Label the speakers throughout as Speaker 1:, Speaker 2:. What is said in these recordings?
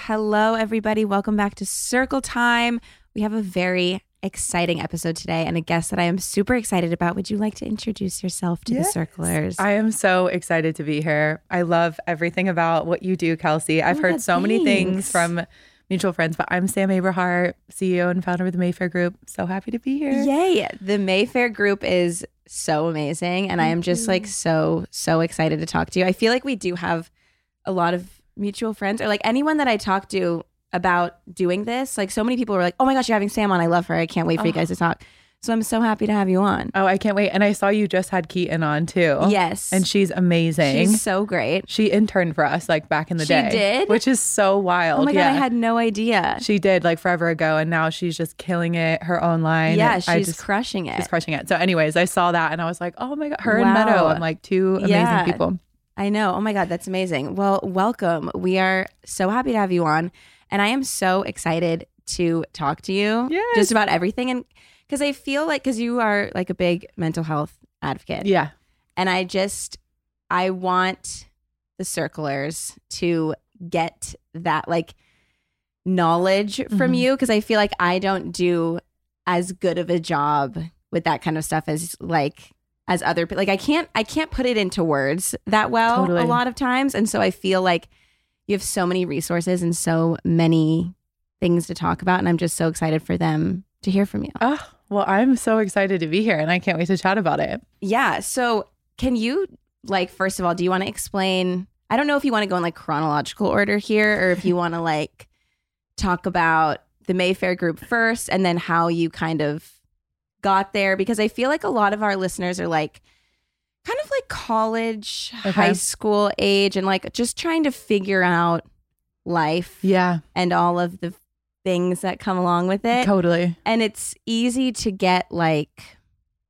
Speaker 1: Hello, everybody. Welcome back to Circle Time. We have a very exciting episode today and a guest that I am super excited about. Would you like to introduce yourself to
Speaker 2: Yes.
Speaker 1: the Circlers?
Speaker 2: I am so excited to be here. I love everything about what you do, Kelsey. I've
Speaker 1: Oh my
Speaker 2: heard
Speaker 1: God,
Speaker 2: so many
Speaker 1: thanks.
Speaker 2: things from mutual friends, but I'm Sam Aberhart, CEO and founder of the Mayfair Group. So happy to be here.
Speaker 1: Yay. The Mayfair group is so amazing. And I am just like so, so excited to talk to you. I feel like we do have a lot of mutual friends or like anyone that I talk to about doing this. Like so many people were like, oh my gosh, you're having Sam on. I love her. I can't wait for you
Speaker 2: Oh.
Speaker 1: guys to talk. So I'm so happy to have you on.
Speaker 2: Oh, I can't wait. And I saw you just had Keaton on too.
Speaker 1: yes.
Speaker 2: Oh, And she's amazing.
Speaker 1: she's so great.
Speaker 2: she interned for us like back in the
Speaker 1: She
Speaker 2: day.
Speaker 1: did?
Speaker 2: Which is so wild.
Speaker 1: Oh my God,
Speaker 2: yeah.
Speaker 1: I had no idea.
Speaker 2: she did like forever ago and now she's just killing it her own line.
Speaker 1: yeah,
Speaker 2: And
Speaker 1: she's
Speaker 2: I just
Speaker 1: crushing it.
Speaker 2: She's crushing it. So, anyways, I saw that and I was like, oh my God, her and
Speaker 1: Wow.
Speaker 2: Meadow. I'm like, two amazing
Speaker 1: Yeah.
Speaker 2: people.
Speaker 1: I know. Oh my God, that's amazing. Well, welcome. We are so happy to have you on. And I am so excited to talk to you
Speaker 2: Yes.
Speaker 1: just about everything. And because I feel like, because you are like a big mental health advocate.
Speaker 2: Yeah.
Speaker 1: And I just, I want the circlers to get that like knowledge from
Speaker 2: Mhm.
Speaker 1: you because I feel like I don't do as good of a job with that kind of stuff as like as other people. Like I can't I can't put it into words that well
Speaker 2: Totally.
Speaker 1: a lot of times, and so I feel like you have so many resources and so many things to talk about, and I'm just so excited for them to hear from you.
Speaker 2: Oh, well, I'm so excited to be here and I can't wait to chat about it.
Speaker 1: Yeah. So, can you like first of all, do you want to explain? I don't know if you want to go in like chronological order here, or if you want to like talk about the Mayfair group first, and then how you kind of got there, because I feel like a lot of our listeners are like kind of like college,
Speaker 2: Okay.
Speaker 1: high school age, and like just trying to figure out life
Speaker 2: Yeah,
Speaker 1: and all of the things that come along with it
Speaker 2: totally.
Speaker 1: and it's easy to get like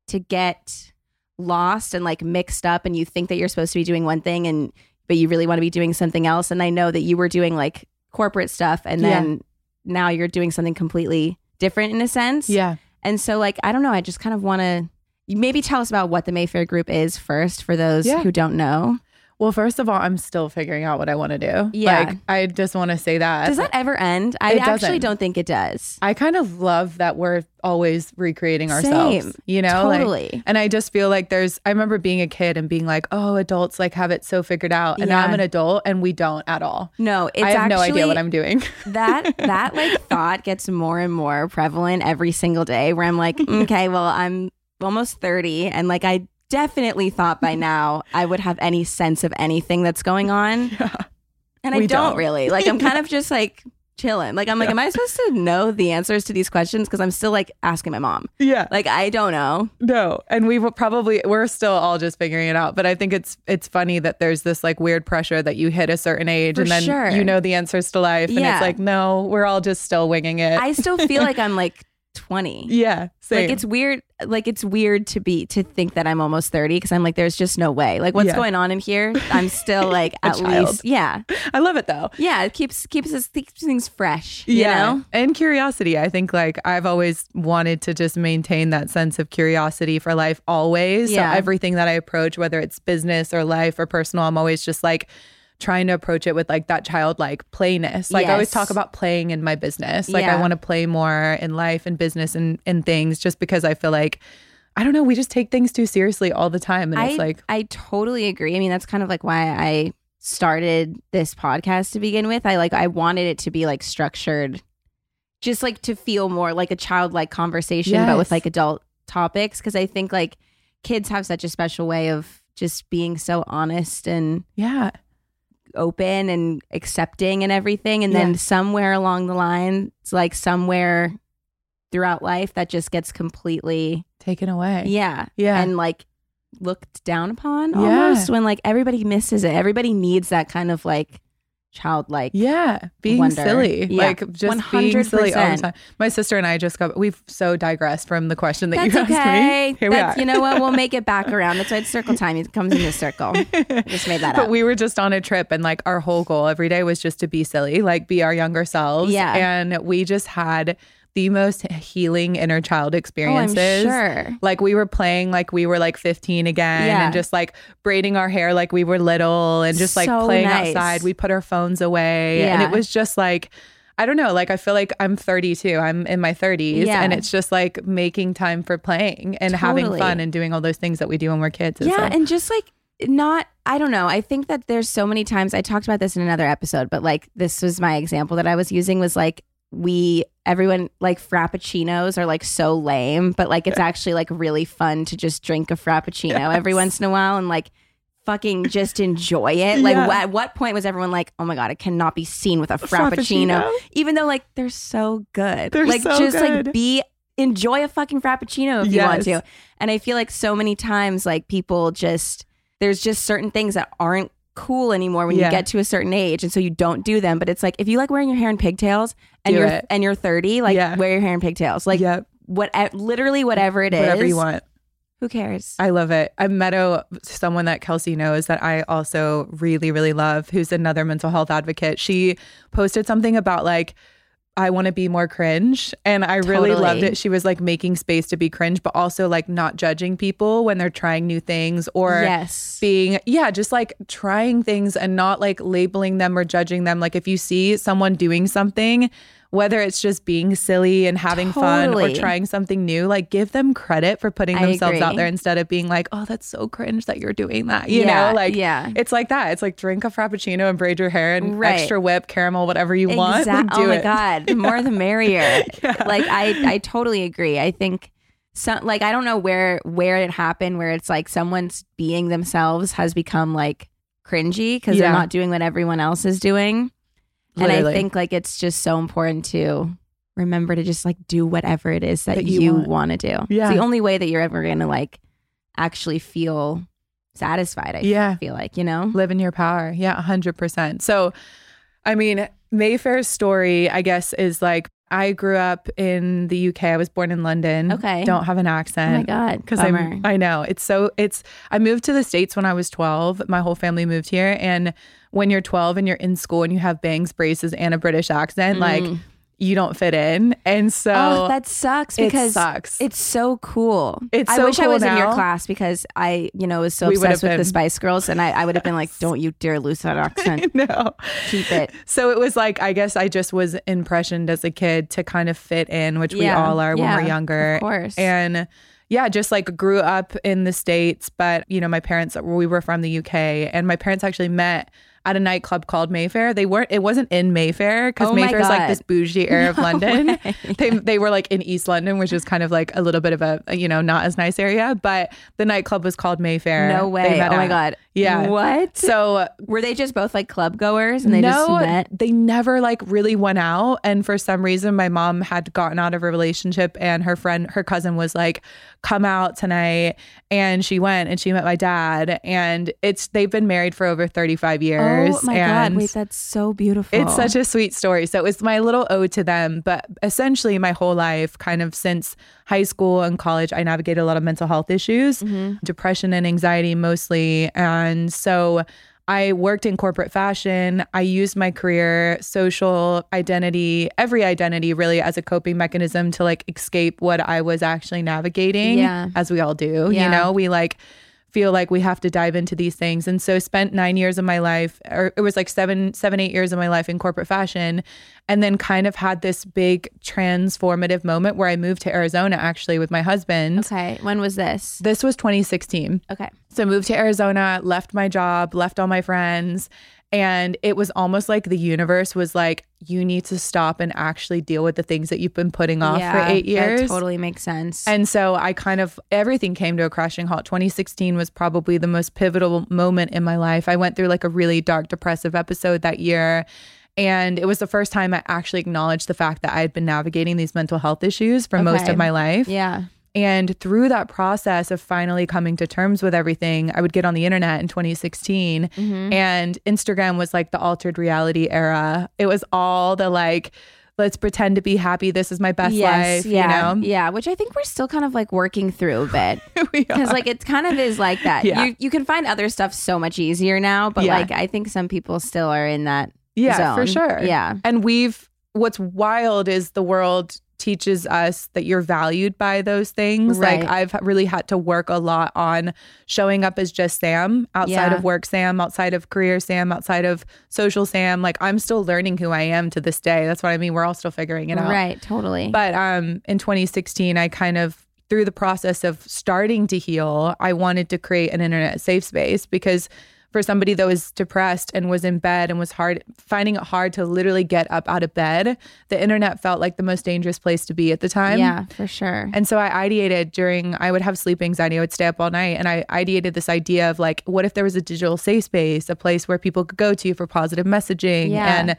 Speaker 1: to get lost and like mixed up and you think that you're supposed to be doing one thing and but you really want to be doing something else and i know that you were doing like corporate stuff and
Speaker 2: Yeah.
Speaker 1: then now you're doing something completely different in a sense
Speaker 2: Yeah.
Speaker 1: and so like i don't know i just kind of want to maybe tell us about what the mayfair group is first for those
Speaker 2: Yeah.
Speaker 1: who don't know
Speaker 2: Well, first of all, I'm still figuring out what I want to do.
Speaker 1: Yeah.
Speaker 2: Like, I just want to say that.
Speaker 1: does that ever end i
Speaker 2: It
Speaker 1: actually
Speaker 2: doesn't.
Speaker 1: don't think it does
Speaker 2: I kind of love that we're always recreating ourselves.
Speaker 1: Same.
Speaker 2: You know, like-
Speaker 1: totally
Speaker 2: and I just feel like there's, I remember being a kid and being like, oh, adults like have it so figured out. And now
Speaker 1: Yeah.
Speaker 2: I'm an adult and we don't at all.
Speaker 1: no it's
Speaker 2: I have
Speaker 1: actually
Speaker 2: no idea what I'm doing.
Speaker 1: that that like thought gets more and more prevalent every single day where i'm like okay well i'm almost 30 and like i definitely thought by now i would have any sense of anything that's going on and i
Speaker 2: We
Speaker 1: don't,
Speaker 2: don't.
Speaker 1: really like i'm kind of just like chilling like i'm like am i supposed to know the answers to these questions because i'm still like asking my mom
Speaker 2: yeah.
Speaker 1: like i don't know
Speaker 2: No, and we will probably we're still all just figuring it out. But I think it's it's funny that there's this like weird pressure that you hit a certain age
Speaker 1: For
Speaker 2: and then
Speaker 1: sure.
Speaker 2: you know the answers to life, and
Speaker 1: Yeah.
Speaker 2: it's like no, we're all just still winging it.
Speaker 1: i still feel like i'm like 20
Speaker 2: yeah, same.
Speaker 1: Like it's weird. Like it's weird to be to think that I'm almost thirty because I'm like, there's just no way. Like what's
Speaker 2: Yeah.
Speaker 1: going on in here? I'm still like
Speaker 2: A
Speaker 1: at
Speaker 2: child.
Speaker 1: least yeah,
Speaker 2: I love it though.
Speaker 1: yeah. It keeps keeps us keeps things fresh. You know.
Speaker 2: and curiosity. I think like I've always wanted to just maintain that sense of curiosity for life always.
Speaker 1: Yeah.
Speaker 2: So everything that I approach, whether it's business or life or personal, I'm always just like trying to approach it with like that childlike playness. Like I always
Speaker 1: Yes.
Speaker 2: talk about playing in my business. Like I
Speaker 1: Yeah.
Speaker 2: want to play more in life and business and and things just because I feel like I don't know, we just take things too seriously all the time and
Speaker 1: I,
Speaker 2: it's like
Speaker 1: I totally agree. I mean, that's kind of like why I started this podcast to begin with. I like I wanted it to be like structured, just like to feel more like a childlike conversation, but
Speaker 2: Yes.
Speaker 1: with like adult topics. Cause I think like kids have such a special way of just being so honest and
Speaker 2: yeah.
Speaker 1: open and accepting and everything. And then
Speaker 2: Yeah.
Speaker 1: somewhere along the line, it's like somewhere throughout life that just gets completely
Speaker 2: Taken away.
Speaker 1: yeah.
Speaker 2: Yeah.
Speaker 1: And like looked down upon
Speaker 2: Yeah.
Speaker 1: almost when like everybody misses it. Everybody needs that kind of like childlike.
Speaker 2: Yeah, being
Speaker 1: wonder.
Speaker 2: silly,
Speaker 1: Yeah,
Speaker 2: like just being silly all the
Speaker 1: 100%.
Speaker 2: time. My sister and I just got. We've so digressed from the question that
Speaker 1: That's
Speaker 2: you asked
Speaker 1: okay.
Speaker 2: me. Here
Speaker 1: That's,
Speaker 2: we are.
Speaker 1: You know what? We'll make it back around. That's why it's circle time. It comes in a circle. I just made that
Speaker 2: but
Speaker 1: up.
Speaker 2: we were just on a trip, and like our whole goal every day was just to be silly, like be our younger selves.
Speaker 1: Yeah.
Speaker 2: and we just had the most healing inner
Speaker 1: oh,
Speaker 2: child
Speaker 1: I'm
Speaker 2: experiences.
Speaker 1: sure.
Speaker 2: Like we were playing like we were like 15 again
Speaker 1: Yeah.
Speaker 2: and just like braiding our hair like we were little and just like
Speaker 1: So
Speaker 2: playing
Speaker 1: nice.
Speaker 2: outside. We put our phones away and
Speaker 1: Yeah.
Speaker 2: it was just like I don't know, like I feel like I'm 32. I'm in my 30s
Speaker 1: Yeah.
Speaker 2: and it's just like making time for playing and having
Speaker 1: Totally.
Speaker 2: fun and doing all those things that we do when we're kids. It's
Speaker 1: Yeah,
Speaker 2: like-
Speaker 1: and just like not I don't know. I think that there's so many times I talked about this in another episode, but like this was my example that I was using was like we everyone like frappuccinos are like so lame, but like it's actually like really fun to just drink a frappuccino every once in a while and like fucking just enjoy it. Like
Speaker 2: Yeah.
Speaker 1: wh- at what point was everyone like, "Oh my god, it cannot be seen with a frappuccino." Even though like they're so good.
Speaker 2: They're
Speaker 1: like
Speaker 2: so
Speaker 1: just
Speaker 2: good.
Speaker 1: like be enjoy a fucking frappuccino if you want to.
Speaker 2: Yes.
Speaker 1: And I feel like so many times, like people just, there's just certain things that aren't cool anymore when
Speaker 2: Yeah.
Speaker 1: you get to a certain age. And so you don't do them. But it's like, if you like wearing your hair in pigtails and
Speaker 2: Do
Speaker 1: you're,
Speaker 2: it.
Speaker 1: and you're 30, like
Speaker 2: Yeah.
Speaker 1: wear your hair in pigtails. Like
Speaker 2: Yep.
Speaker 1: what, eh, literally whatever it is.
Speaker 2: Whatever you want.
Speaker 1: Who cares?
Speaker 2: I love it. I Meadow, someone that Kelsey knows that I also really, really love, who's another mental health advocate. She posted something about like, I want to be more cringe. And I really
Speaker 1: Totally.
Speaker 2: loved it. She was like making space to be cringe, but also like not judging people when they're trying new things or
Speaker 1: yes.
Speaker 2: being, yeah, just like trying things and not like labeling them or judging them. Like if you see someone doing something, whether it's just being silly and having fun or
Speaker 1: Totally.
Speaker 2: trying something new, like give them credit for putting
Speaker 1: I
Speaker 2: themselves out
Speaker 1: agree.
Speaker 2: there instead of being like, oh, that's so cringe that you're doing that. You
Speaker 1: Yeah,
Speaker 2: know, like,
Speaker 1: yeah.
Speaker 2: it's like that. It's like drink a frappuccino and braid your hair and
Speaker 1: Right.
Speaker 2: extra whip, caramel, whatever you want. Like,
Speaker 1: Exact-
Speaker 2: do
Speaker 1: oh my
Speaker 2: it.
Speaker 1: god, the more the merrier. Like I, I totally agree. I think some like I don't know where where it happened where it's like someone's being themselves has become like cringy because
Speaker 2: Yeah.
Speaker 1: they're not doing what everyone else is doing. And
Speaker 2: Literally.
Speaker 1: I think like it's just so important to remember to just like do whatever it is that,
Speaker 2: That you
Speaker 1: you,
Speaker 2: want.
Speaker 1: want to do.
Speaker 2: Yeah.
Speaker 1: It's the only way that you're ever gonna like actually feel satisfied. I
Speaker 2: Yeah.
Speaker 1: feel like you know.
Speaker 2: Live in your power. Yeah, 100%. So, I mean, Mayfair's story, I guess, is like I grew up in the UK. I was born in London.
Speaker 1: Okay.
Speaker 2: Don't have an
Speaker 1: Oh my
Speaker 2: accent.
Speaker 1: god,
Speaker 2: Because
Speaker 1: bummer.
Speaker 2: I'm, I know it's so it's. I moved to the states when I was 12. My whole family moved here, and when you're 12 and you're in school and you have bangs, braces, and a British accent, like you don't fit in. And so
Speaker 1: Mm. Oh, that sucks
Speaker 2: it
Speaker 1: because
Speaker 2: sucks.
Speaker 1: It's so cool.
Speaker 2: It's
Speaker 1: I
Speaker 2: so
Speaker 1: wish I
Speaker 2: cool
Speaker 1: was in
Speaker 2: now.
Speaker 1: your class because I, you know, was so
Speaker 2: We would've
Speaker 1: obsessed with
Speaker 2: been-
Speaker 1: the Spice Girls, and I, I would have been like, "Don't you dare lose that accent.
Speaker 2: no.
Speaker 1: Keep it."
Speaker 2: So it was like I guess I just was impressioned as a kid to kind of fit in, which we
Speaker 1: Yeah.
Speaker 2: all are when
Speaker 1: Yeah.
Speaker 2: we're younger.
Speaker 1: Of course.
Speaker 2: And yeah, just like grew up in the States, but you know, my parents we were from the UK and my parents actually met at a nightclub called Mayfair. They weren't it wasn't in Mayfair because
Speaker 1: Oh my
Speaker 2: Mayfair's like this
Speaker 1: God.
Speaker 2: bougie area of London.
Speaker 1: way.
Speaker 2: They they were like in East London, which is kind of like a little bit of a you know, not as nice area, but the nightclub was called Mayfair.
Speaker 1: No
Speaker 2: They
Speaker 1: way.
Speaker 2: met
Speaker 1: Oh my
Speaker 2: at-
Speaker 1: god.
Speaker 2: Yeah.
Speaker 1: What?
Speaker 2: So
Speaker 1: Were they just both like club goers and they just met?
Speaker 2: they never like really went out. And for some reason, my mom had gotten out of a relationship, and her friend, her cousin, was like, "Come out tonight." And she went, and she met my dad. And it's they've been married for over thirty five years.
Speaker 1: Oh my
Speaker 2: and
Speaker 1: god! Wait, that's so beautiful.
Speaker 2: it's such a sweet story. So it's my little ode to them. But essentially, my whole life, kind of since high school and college, I navigated a lot of mental health issues,
Speaker 1: Mm-hmm.
Speaker 2: depression and anxiety mostly. And so I worked in corporate fashion. I used my career, social identity, every identity really as a coping mechanism to like escape what I was actually navigating,
Speaker 1: Yeah.
Speaker 2: as we all do. You
Speaker 1: Yeah.
Speaker 2: know, we like feel like we have to dive into these things. And so spent nine years of my life, or it was like seven, seven, eight years of my life in corporate fashion, and then kind of had this big transformative moment where I moved to Arizona actually with my husband.
Speaker 1: Okay. When was this?
Speaker 2: This was 2016.
Speaker 1: Okay.
Speaker 2: So I moved to Arizona, left my job, left all my friends. And it was almost like the universe was like, you need to stop and actually deal with the things that you've been putting off for eight years.
Speaker 1: That totally makes sense.
Speaker 2: And so I kind of, everything came to a crashing halt. 2016 was probably the most pivotal moment in my life. I went through like a really dark, depressive episode that year. And it was the first time I actually acknowledged the fact that I had been navigating these mental health issues for most
Speaker 1: Okay.
Speaker 2: of my life.
Speaker 1: yeah.
Speaker 2: And through that process of finally coming to terms with everything, I would get on the internet in 2016
Speaker 1: Mm-hmm.
Speaker 2: and Instagram was like the altered reality era. It was all the like, let's pretend to be happy. This is my best life.
Speaker 1: yeah,
Speaker 2: You know?
Speaker 1: yeah, which I think we're still kind of like working through a bit
Speaker 2: We
Speaker 1: because
Speaker 2: are.
Speaker 1: like it kind of is like that.
Speaker 2: Yeah.
Speaker 1: You you can find other stuff so much easier now, but
Speaker 2: Yeah.
Speaker 1: like I think some people still are in that.
Speaker 2: yeah, for
Speaker 1: zone.
Speaker 2: sure.
Speaker 1: Yeah.
Speaker 2: And we've, what's wild is the world teaches us that you're valued by those things.
Speaker 1: Right.
Speaker 2: Like I've really had to work a lot on showing up as just Sam outside
Speaker 1: Yeah.
Speaker 2: of work Sam, outside of career Sam, outside of social Sam. Like I'm still learning who I am to this day. That's what I mean. We're all still figuring it out.
Speaker 1: Right, totally.
Speaker 2: But um, in 2016, I kind of through the process of starting to heal, I wanted to create an internet safe space because for somebody that was depressed and was in bed and was hard finding it hard to literally get up out of bed, the internet felt like the most dangerous place to be at the time.
Speaker 1: yeah, for sure.
Speaker 2: And so I ideated during, I would have sleep anxiety. I would stay up all night. And I ideated this idea of like, what if there was a digital safe space, a place where people could go to for positive messaging?
Speaker 1: Yeah.
Speaker 2: And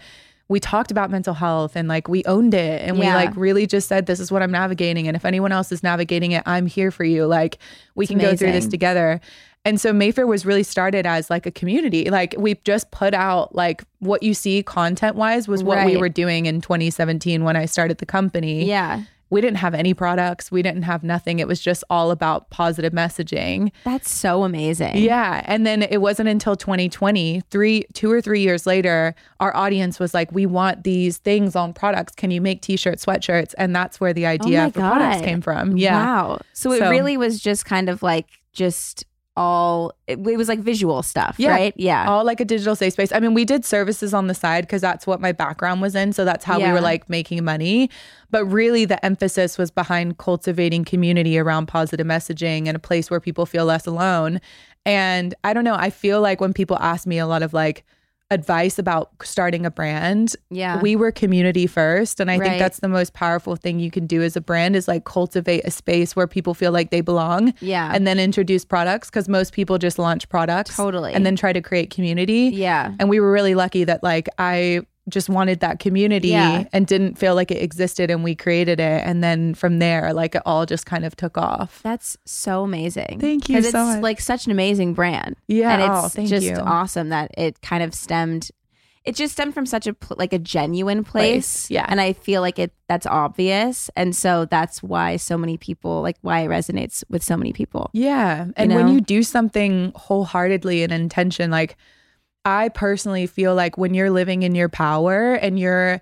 Speaker 2: we talked about mental health and like we owned it. And
Speaker 1: Yeah.
Speaker 2: we like really just said, this is what I'm navigating. And if anyone else is navigating it, I'm here for you. Like we can go through this
Speaker 1: amazing.
Speaker 2: together. And so Mayfair was really started as like a community. Like we just put out like what you see content wise was what we
Speaker 1: Right.
Speaker 2: were doing in 2017 when I started the company
Speaker 1: yeah,
Speaker 2: we didn't have any products we didn't have nothing it was just all about positive messaging
Speaker 1: that's so amazing.
Speaker 2: yeah and then it wasn't until 2020 three two or three years later our audience was like we want these things on products can you make t-shirts sweatshirts and that's where the idea
Speaker 1: Oh my
Speaker 2: for products
Speaker 1: God.
Speaker 2: came from yeah
Speaker 1: Wow. So it
Speaker 2: So-
Speaker 1: really was just kind of like just all it, it was like visual stuff,
Speaker 2: Yeah.
Speaker 1: right? Yeah.
Speaker 2: all like a digital safe space. I mean, we did services on the side because that's what my background was in. So that's how we
Speaker 1: Yeah.
Speaker 2: were like making money. But really, the emphasis was behind cultivating community around positive messaging and a place where people feel less alone. And I don't know, I feel like when people ask me a lot of like advice about starting a brand,
Speaker 1: yeah.
Speaker 2: we were community first. And I
Speaker 1: Right.
Speaker 2: think that's the most powerful thing you can do as a brand is like cultivate a space where people feel like they belong
Speaker 1: yeah.
Speaker 2: and then introduce products because most people just launch products
Speaker 1: Totally.
Speaker 2: and then try to create community
Speaker 1: yeah.
Speaker 2: and we were really lucky that like i just wanted that community
Speaker 1: Yeah.
Speaker 2: and didn't feel like it existed and we created it and then from there like it all just kind of took off
Speaker 1: That's so amazing.
Speaker 2: Thank you
Speaker 1: 'Cause
Speaker 2: so
Speaker 1: it's
Speaker 2: much.
Speaker 1: like such an amazing brand.
Speaker 2: Yeah,
Speaker 1: and it's
Speaker 2: oh, thank
Speaker 1: just
Speaker 2: you.
Speaker 1: awesome that it kind of stemmed. It just stemmed from such a pl- like a genuine place,
Speaker 2: Place, yeah.
Speaker 1: And I feel like it that's obvious, and so that's why so many people like why it resonates with so many people.
Speaker 2: yeah and when
Speaker 1: know?
Speaker 2: you do something wholeheartedly and intention like i personally feel like when you're living in your power and you're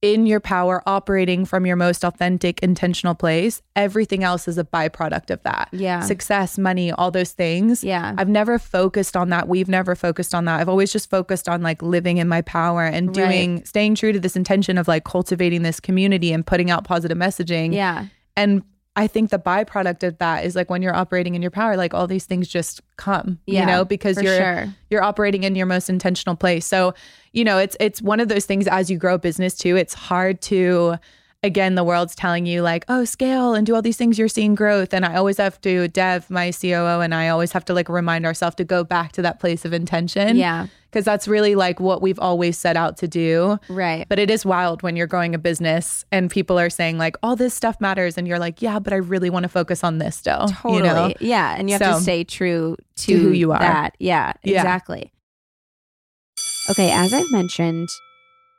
Speaker 2: in your power operating from your most authentic intentional place everything else is a byproduct of that
Speaker 1: Yeah,
Speaker 2: success money all those things
Speaker 1: yeah,
Speaker 2: I've never focused on that. We've never focused on that. I've always just focused on like living in my power and doing, staying true to this intention of like cultivating this community and putting out positive messaging.
Speaker 1: yeah.
Speaker 2: And I think the byproduct of that is like when you're operating in your power, like all these things just come,
Speaker 1: Yeah,
Speaker 2: you know, because
Speaker 1: For
Speaker 2: you're
Speaker 1: sure.
Speaker 2: you're operating in your most intentional place. So, you know, it's it's one of those things as you grow a business too, it's hard to again the world's telling you like, "Oh, scale and do all these things you're seeing growth." And I always have to Dev, my COO, and I always have to like remind ourselves to go back to that place of intention.
Speaker 1: Yeah,
Speaker 2: Cuz that's really like what we've always set out to do.
Speaker 1: right.
Speaker 2: But it is wild when you're growing a business and people are saying like, "All this stuff matters." And you're like, "Yeah, but I really want to focus on this still."
Speaker 1: totally.
Speaker 2: You know?
Speaker 1: Yeah, and you have to
Speaker 2: So-
Speaker 1: stay true to,
Speaker 2: To who you are.
Speaker 1: That. Yeah,
Speaker 2: Yeah.
Speaker 1: exactly.
Speaker 3: Okay, as I've mentioned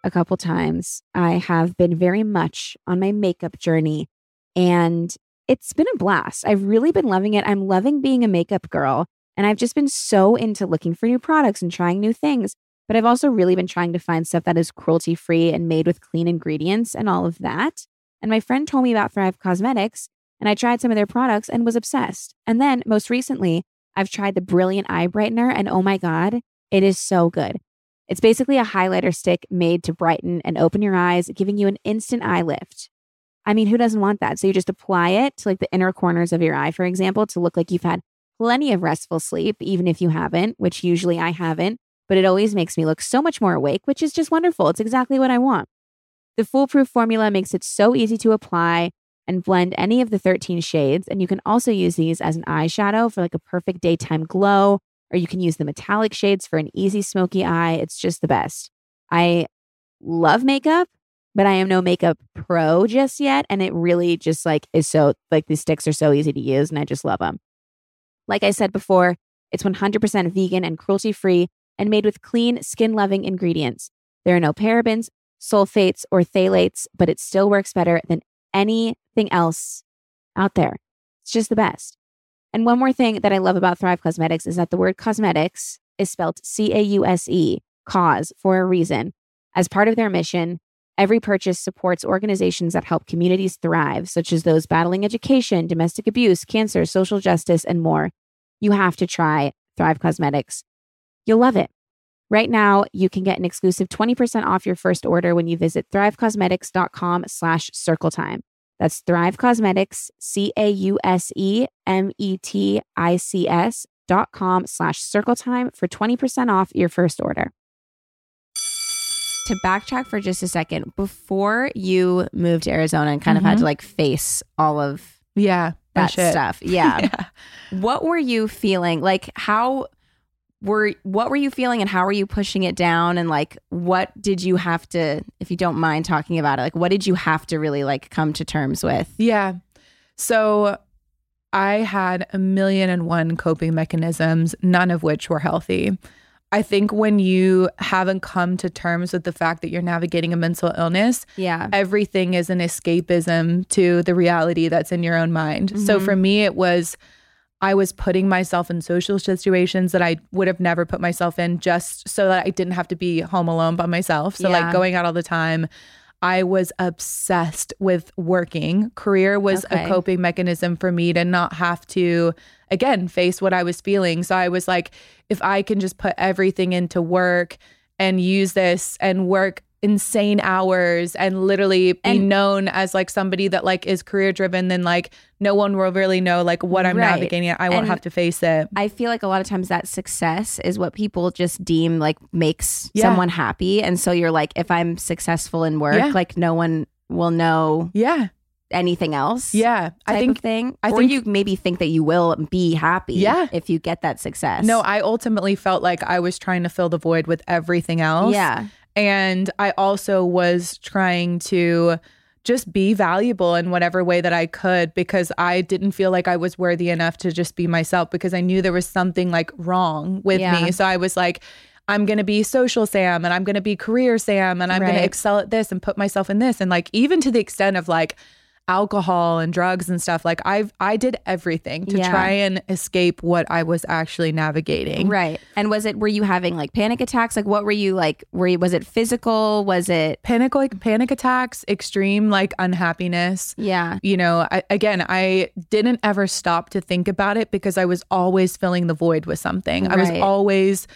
Speaker 3: a couple times, I have been very much on my makeup journey and it's been a blast. I've really been loving it. I'm loving being a makeup girl and I've just been so into looking for new products and trying new things. But I've also really been trying to find stuff that is cruelty free and made with clean ingredients and all of that. And my friend told me about Thrive Cosmetics and I tried some of their products and was obsessed. And then most recently,
Speaker 1: I've tried the Brilliant Eye Brightener, and oh my God, it is so good. It's basically a highlighter stick made to brighten and open your eyes, giving you an instant eye lift. I mean, who doesn't want that? So you just apply it to like the inner corners of your eye, for example, to look like you've had plenty of restful sleep, even if you haven't, which usually I haven't, but it always makes me look so much more awake, which is just wonderful. It's exactly what I want. The foolproof formula makes it so easy to apply and blend any of the 13 shades. And you can also use these as an eyeshadow for like a perfect daytime glow, or you can use the metallic shades for an easy smoky eye. It's just the best. I love makeup, but I am no makeup pro just yet. And it really just like is so, like these sticks are so easy to use and I just love them. Like I said before, it's 100% vegan and cruelty free and made with clean, skin loving ingredients. There are no parabens, sulfates, or phthalates, but it still works better than anything else out there. It's just the best. And one more thing that I love about Thrive Cosmetics is that the word cosmetics is spelled C A U S E, cause, for a reason. As part of their mission, every purchase supports organizations that help communities thrive, such as those battling education, domestic abuse, cancer, social justice, and more. You have to try Thrive Cosmetics. You'll love it. Right now, you can get an exclusive 20% off your first order when you visit thrivecosmetics.com slash circle time. That's Thrive Cosmetics, E C-A-U-S-E-M-E-T-I-C-S dot com slash circle time for 20% off your first order.
Speaker 4: to backtrack for just a second, before you moved to Arizona and kind of had to like face all of
Speaker 2: Yeah. my
Speaker 4: that
Speaker 2: Oh, shit.
Speaker 4: stuff, yeah.
Speaker 2: yeah.
Speaker 4: what were you feeling? Like how were what were you feeling and how were you pushing it down and like what did you have to if you don't mind talking about it like what did you have to really like come to terms with
Speaker 2: Yeah. So I had a million and one coping mechanisms, none of which were healthy. I think when you haven't come to terms with the fact that you're navigating a mental illness,
Speaker 4: yeah
Speaker 2: everything is an escapism to the reality that's in your own mind.
Speaker 4: Mm-hmm.
Speaker 2: So for me, it was I was putting myself in social situations that I would have never put myself in just so that I didn't have to be home alone by myself. So,
Speaker 4: Yeah.
Speaker 2: like going out all the time. I was obsessed with working. Career was
Speaker 4: Okay.
Speaker 2: a coping mechanism for me to not have to, again, face what I was feeling. So I was like, if I can just put everything into work and use this and work insane hours and literally be
Speaker 4: And-
Speaker 2: known as like somebody that like is career driven then like no one will really know like what i'm
Speaker 4: Right.
Speaker 2: navigating i won't
Speaker 4: And-
Speaker 2: have to face it
Speaker 4: i feel like a lot of times that success is what people just deem like makes
Speaker 2: Yeah.
Speaker 4: someone happy and so you're like if i'm successful in work
Speaker 2: Yeah.
Speaker 4: like no one will know
Speaker 2: yeah
Speaker 4: anything else
Speaker 2: yeah
Speaker 4: type
Speaker 2: i think
Speaker 4: of thing
Speaker 2: I
Speaker 4: or
Speaker 2: think-
Speaker 4: you maybe think that you will be happy
Speaker 2: Yeah.
Speaker 4: if you get that success
Speaker 2: no i ultimately felt like i was trying to fill the void with everything else
Speaker 4: yeah
Speaker 2: and i also was trying to just be valuable in whatever way that i could because i didn't feel like i was worthy enough to just be myself because i knew there was something like wrong with
Speaker 4: Yeah.
Speaker 2: me so i was like i'm going to be social sam and i'm going to be career sam and i'm going
Speaker 4: Right.
Speaker 2: to excel at this and put myself in this and like even to the extent of like alcohol and drugs and stuff like i've i did everything to
Speaker 4: Yeah.
Speaker 2: try and escape what i was actually navigating
Speaker 4: Right. And was it were you having like panic attacks? Like what were you like were you was it physical? Was it
Speaker 2: panic like panic attacks extreme like unhappiness
Speaker 4: yeah.
Speaker 2: you know, I, again, I didn't ever stop to think about it because I was always filling the void with something. I was
Speaker 4: Right.
Speaker 2: always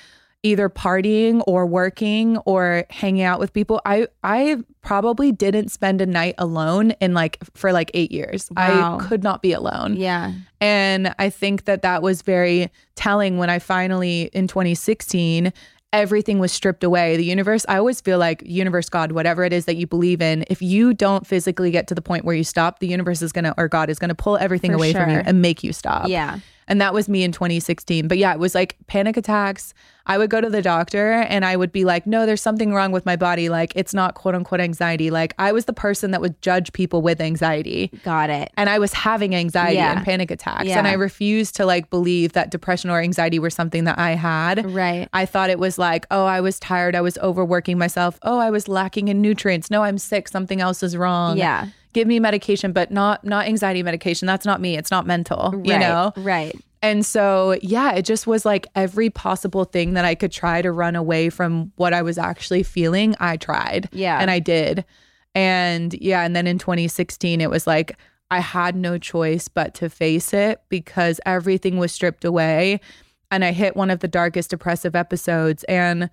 Speaker 2: either partying or working or hanging out with people. I I probably didn't spend a night alone in like for like 8 years.
Speaker 4: Wow.
Speaker 2: I could not be alone.
Speaker 4: Yeah.
Speaker 2: And I think that that was very telling when I finally in 2016 everything was stripped away. The universe, I always feel like universe god whatever it is that you believe in, if you don't physically get to the point where you stop, the universe is going to or god is going to pull everything
Speaker 4: For
Speaker 2: away from you
Speaker 4: sure.
Speaker 2: and make you stop.
Speaker 4: Yeah.
Speaker 2: And that was me in 2016. But yeah, it was like panic attacks. I would go to the doctor and I would be like, no, there's something wrong with my body. Like, it's not quote unquote anxiety. Like, I was the person that would judge people with anxiety
Speaker 4: Got it.
Speaker 2: and I was having anxiety
Speaker 4: Yeah.
Speaker 2: and panic attacks.
Speaker 4: Yeah.
Speaker 2: And I refused to like believe that depression or anxiety were something that I had.
Speaker 4: Right.
Speaker 2: I thought it was like, oh, I was tired. I was overworking myself. Oh, I was lacking in nutrients. No, I'm sick. Something else is wrong.
Speaker 4: Yeah.
Speaker 2: Give me medication, but not not anxiety medication. That's not me. It's not mental. You
Speaker 4: Right.
Speaker 2: know?
Speaker 4: Right.
Speaker 2: And so, yeah, it just was like every possible thing that I could try to run away from what I was actually feeling, I tried.
Speaker 4: Yeah.
Speaker 2: And I did. And yeah, and then in 2016, it was like, I had no choice but to face it because everything was stripped away. And I hit one of the darkest depressive episodes. And,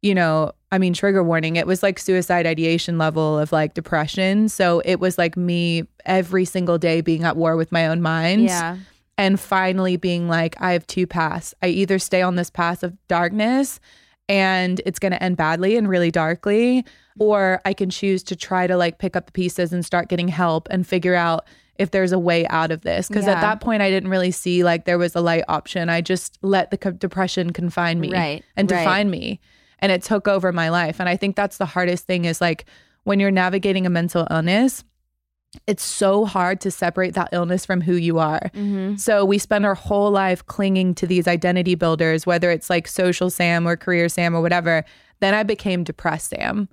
Speaker 2: you know, I mean, trigger warning, it was like suicide ideation level of like depression. So it was like me every single day being at war with my own mind
Speaker 1: yeah.
Speaker 2: and finally being like, I have two paths. I either stay on this path of darkness and it's going to end badly and really darkly, or I can choose to try to like pick up the pieces and start getting help and figure out if there's a way out of this. Cause
Speaker 1: Yeah.
Speaker 2: at that point, I didn't really see like there was a light option. I just let the co- depression confine me
Speaker 1: Right,
Speaker 2: and
Speaker 1: right.
Speaker 2: define me. And it took over my life. And I think that's the hardest thing is like when you're navigating a mental illness, it's so hard to separate that illness from who you are.
Speaker 1: Mm-hmm.
Speaker 2: So we spend our whole life clinging to these identity builders, whether it's like social Sam or career Sam or whatever. Then I became depressed Sam.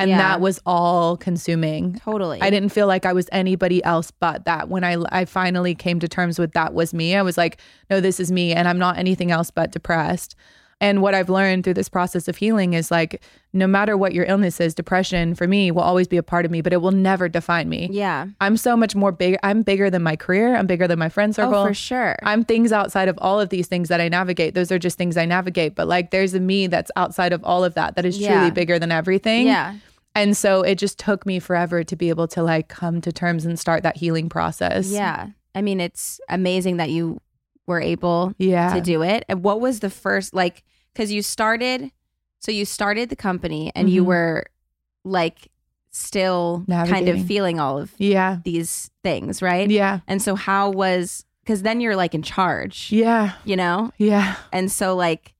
Speaker 2: And
Speaker 1: Yeah.
Speaker 2: that was all consuming.
Speaker 1: Totally.
Speaker 2: I didn't feel like I was anybody else but that. When I, I finally came to terms with that was me, I was like, no, this is me. And I'm not anything else but depressed. And what I've learned through this process of healing is like, no matter what your illness is, depression for me will always be a part of me, but it will never define me.
Speaker 1: Yeah.
Speaker 2: I'm so much more big. I'm bigger than my career. I'm bigger than my friend circle.
Speaker 1: Oh, for sure.
Speaker 2: I'm things outside of all of these things that I navigate. Those are just things I navigate. But like, there's a me that's outside of all of that that is
Speaker 1: Yeah.
Speaker 2: truly bigger than everything.
Speaker 1: yeah.
Speaker 2: And so it just took me forever to be able to like come to terms and start that healing process.
Speaker 1: Yeah. I mean, it's amazing that you were able
Speaker 2: Yeah.
Speaker 1: to do it. And what was the first like cuz you started so you started the company and you
Speaker 4: Mm-hmm.
Speaker 2: Mhm.
Speaker 1: were like still kind
Speaker 2: Navigating.
Speaker 1: of feeling all of
Speaker 2: Yeah.
Speaker 1: these things, right?
Speaker 2: Yeah.
Speaker 1: And so how was cuz then you're like in charge,
Speaker 2: Yeah.
Speaker 1: you know?
Speaker 2: Yeah.
Speaker 1: And so like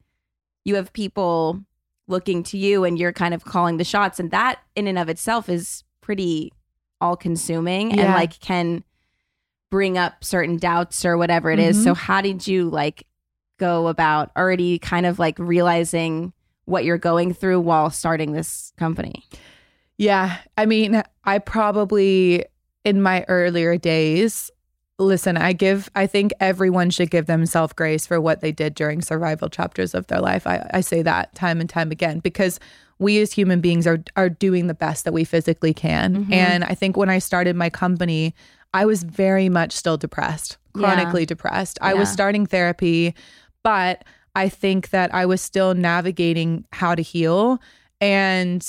Speaker 1: you have people looking to you and you're kind of calling the shots and that in and of itself is pretty all consuming and
Speaker 2: Yeah.
Speaker 1: like can bring up certain doubts or whatever it is.
Speaker 2: Mhm.
Speaker 1: So how did you like go about already kind of like realizing what you're going through while starting this company?
Speaker 2: Yeah. I mean, I probably in my earlier days, listen, I give, I think everyone should give themselves grace for what they did during survival chapters of their life. I, I say that time and time again because we as human beings are, are doing the best that we physically can.
Speaker 1: Mhm.
Speaker 2: And I think when I started my company, I was very much still depressed,
Speaker 1: Yeah.
Speaker 2: chronically depressed. I was
Speaker 1: Yeah.
Speaker 2: starting therapy, but I think that I was still navigating how to heal. And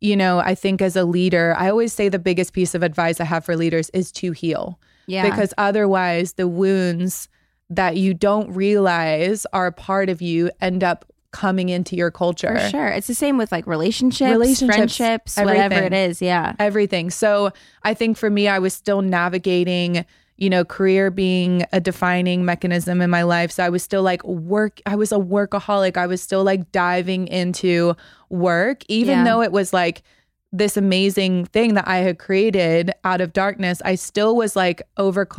Speaker 2: you know, I think as a leader, I always say the biggest piece of advice I have for leaders is to heal
Speaker 1: Yeah.
Speaker 2: because otherwise the wounds that you don't realize are a part of you end up coming into your culture.
Speaker 1: for sure. It's the same with like relationships,
Speaker 2: Relationships,
Speaker 1: friendships, whatever it
Speaker 2: everything.
Speaker 1: is. Yeah.
Speaker 2: Everything. So I think for me, I was still navigating, you know, career being a defining mechanism in my life. So I was still like work, I was a workaholic. I was still like diving into work, even
Speaker 1: Yeah.
Speaker 2: though it was like this amazing thing that I had created out of darkness. I still was like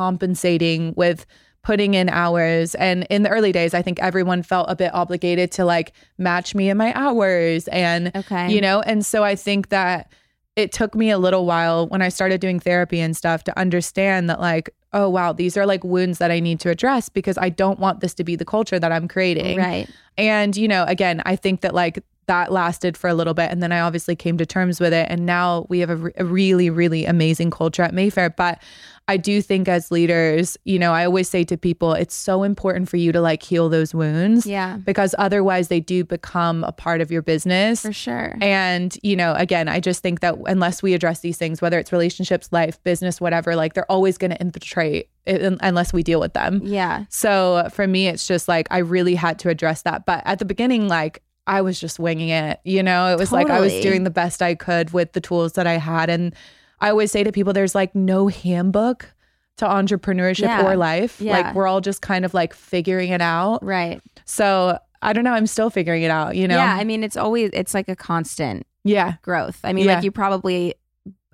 Speaker 2: overcompensating with putting in hours and in the early days i think everyone felt a bit obligated to like match me in my hours and
Speaker 1: Okay.
Speaker 2: you know and so i think that it took me a little while when i started doing therapy and stuff to understand that like oh wow these are like wounds that i need to address because i don't want this to be the culture that i'm creating
Speaker 1: Right.
Speaker 2: and you know again i think that like that lasted for a little bit and then i obviously came to terms with it and now we have a, re- a really really amazing culture at mayfair but i do think as leaders you know i always say to people it's so important for you to like heal those wounds
Speaker 1: Yeah.
Speaker 2: because otherwise they do become a part of your business
Speaker 1: For sure.
Speaker 2: and, you know, again, I just think that unless we address these things, whether it's relationships, life, business, whatever, like they're always going to infiltrate i- unless we deal with them.
Speaker 1: yeah.
Speaker 2: So for me, it's just like I really had to address that. But at the beginning, like I was just winging it, you know, it was like I was
Speaker 1: Totally.
Speaker 2: doing the best I could with the tools that I had. And I always say to people, there's like no handbook to entrepreneurship
Speaker 1: Yeah.
Speaker 2: or life.
Speaker 1: Yeah.
Speaker 2: Like we're all just kind of like figuring it out.
Speaker 1: Right.
Speaker 2: So I don't know. I'm still figuring it out, you know?
Speaker 1: Yeah, I mean, it's always it's like a constant
Speaker 2: yeah.
Speaker 1: growth. I mean,
Speaker 2: Yeah.
Speaker 1: like you probably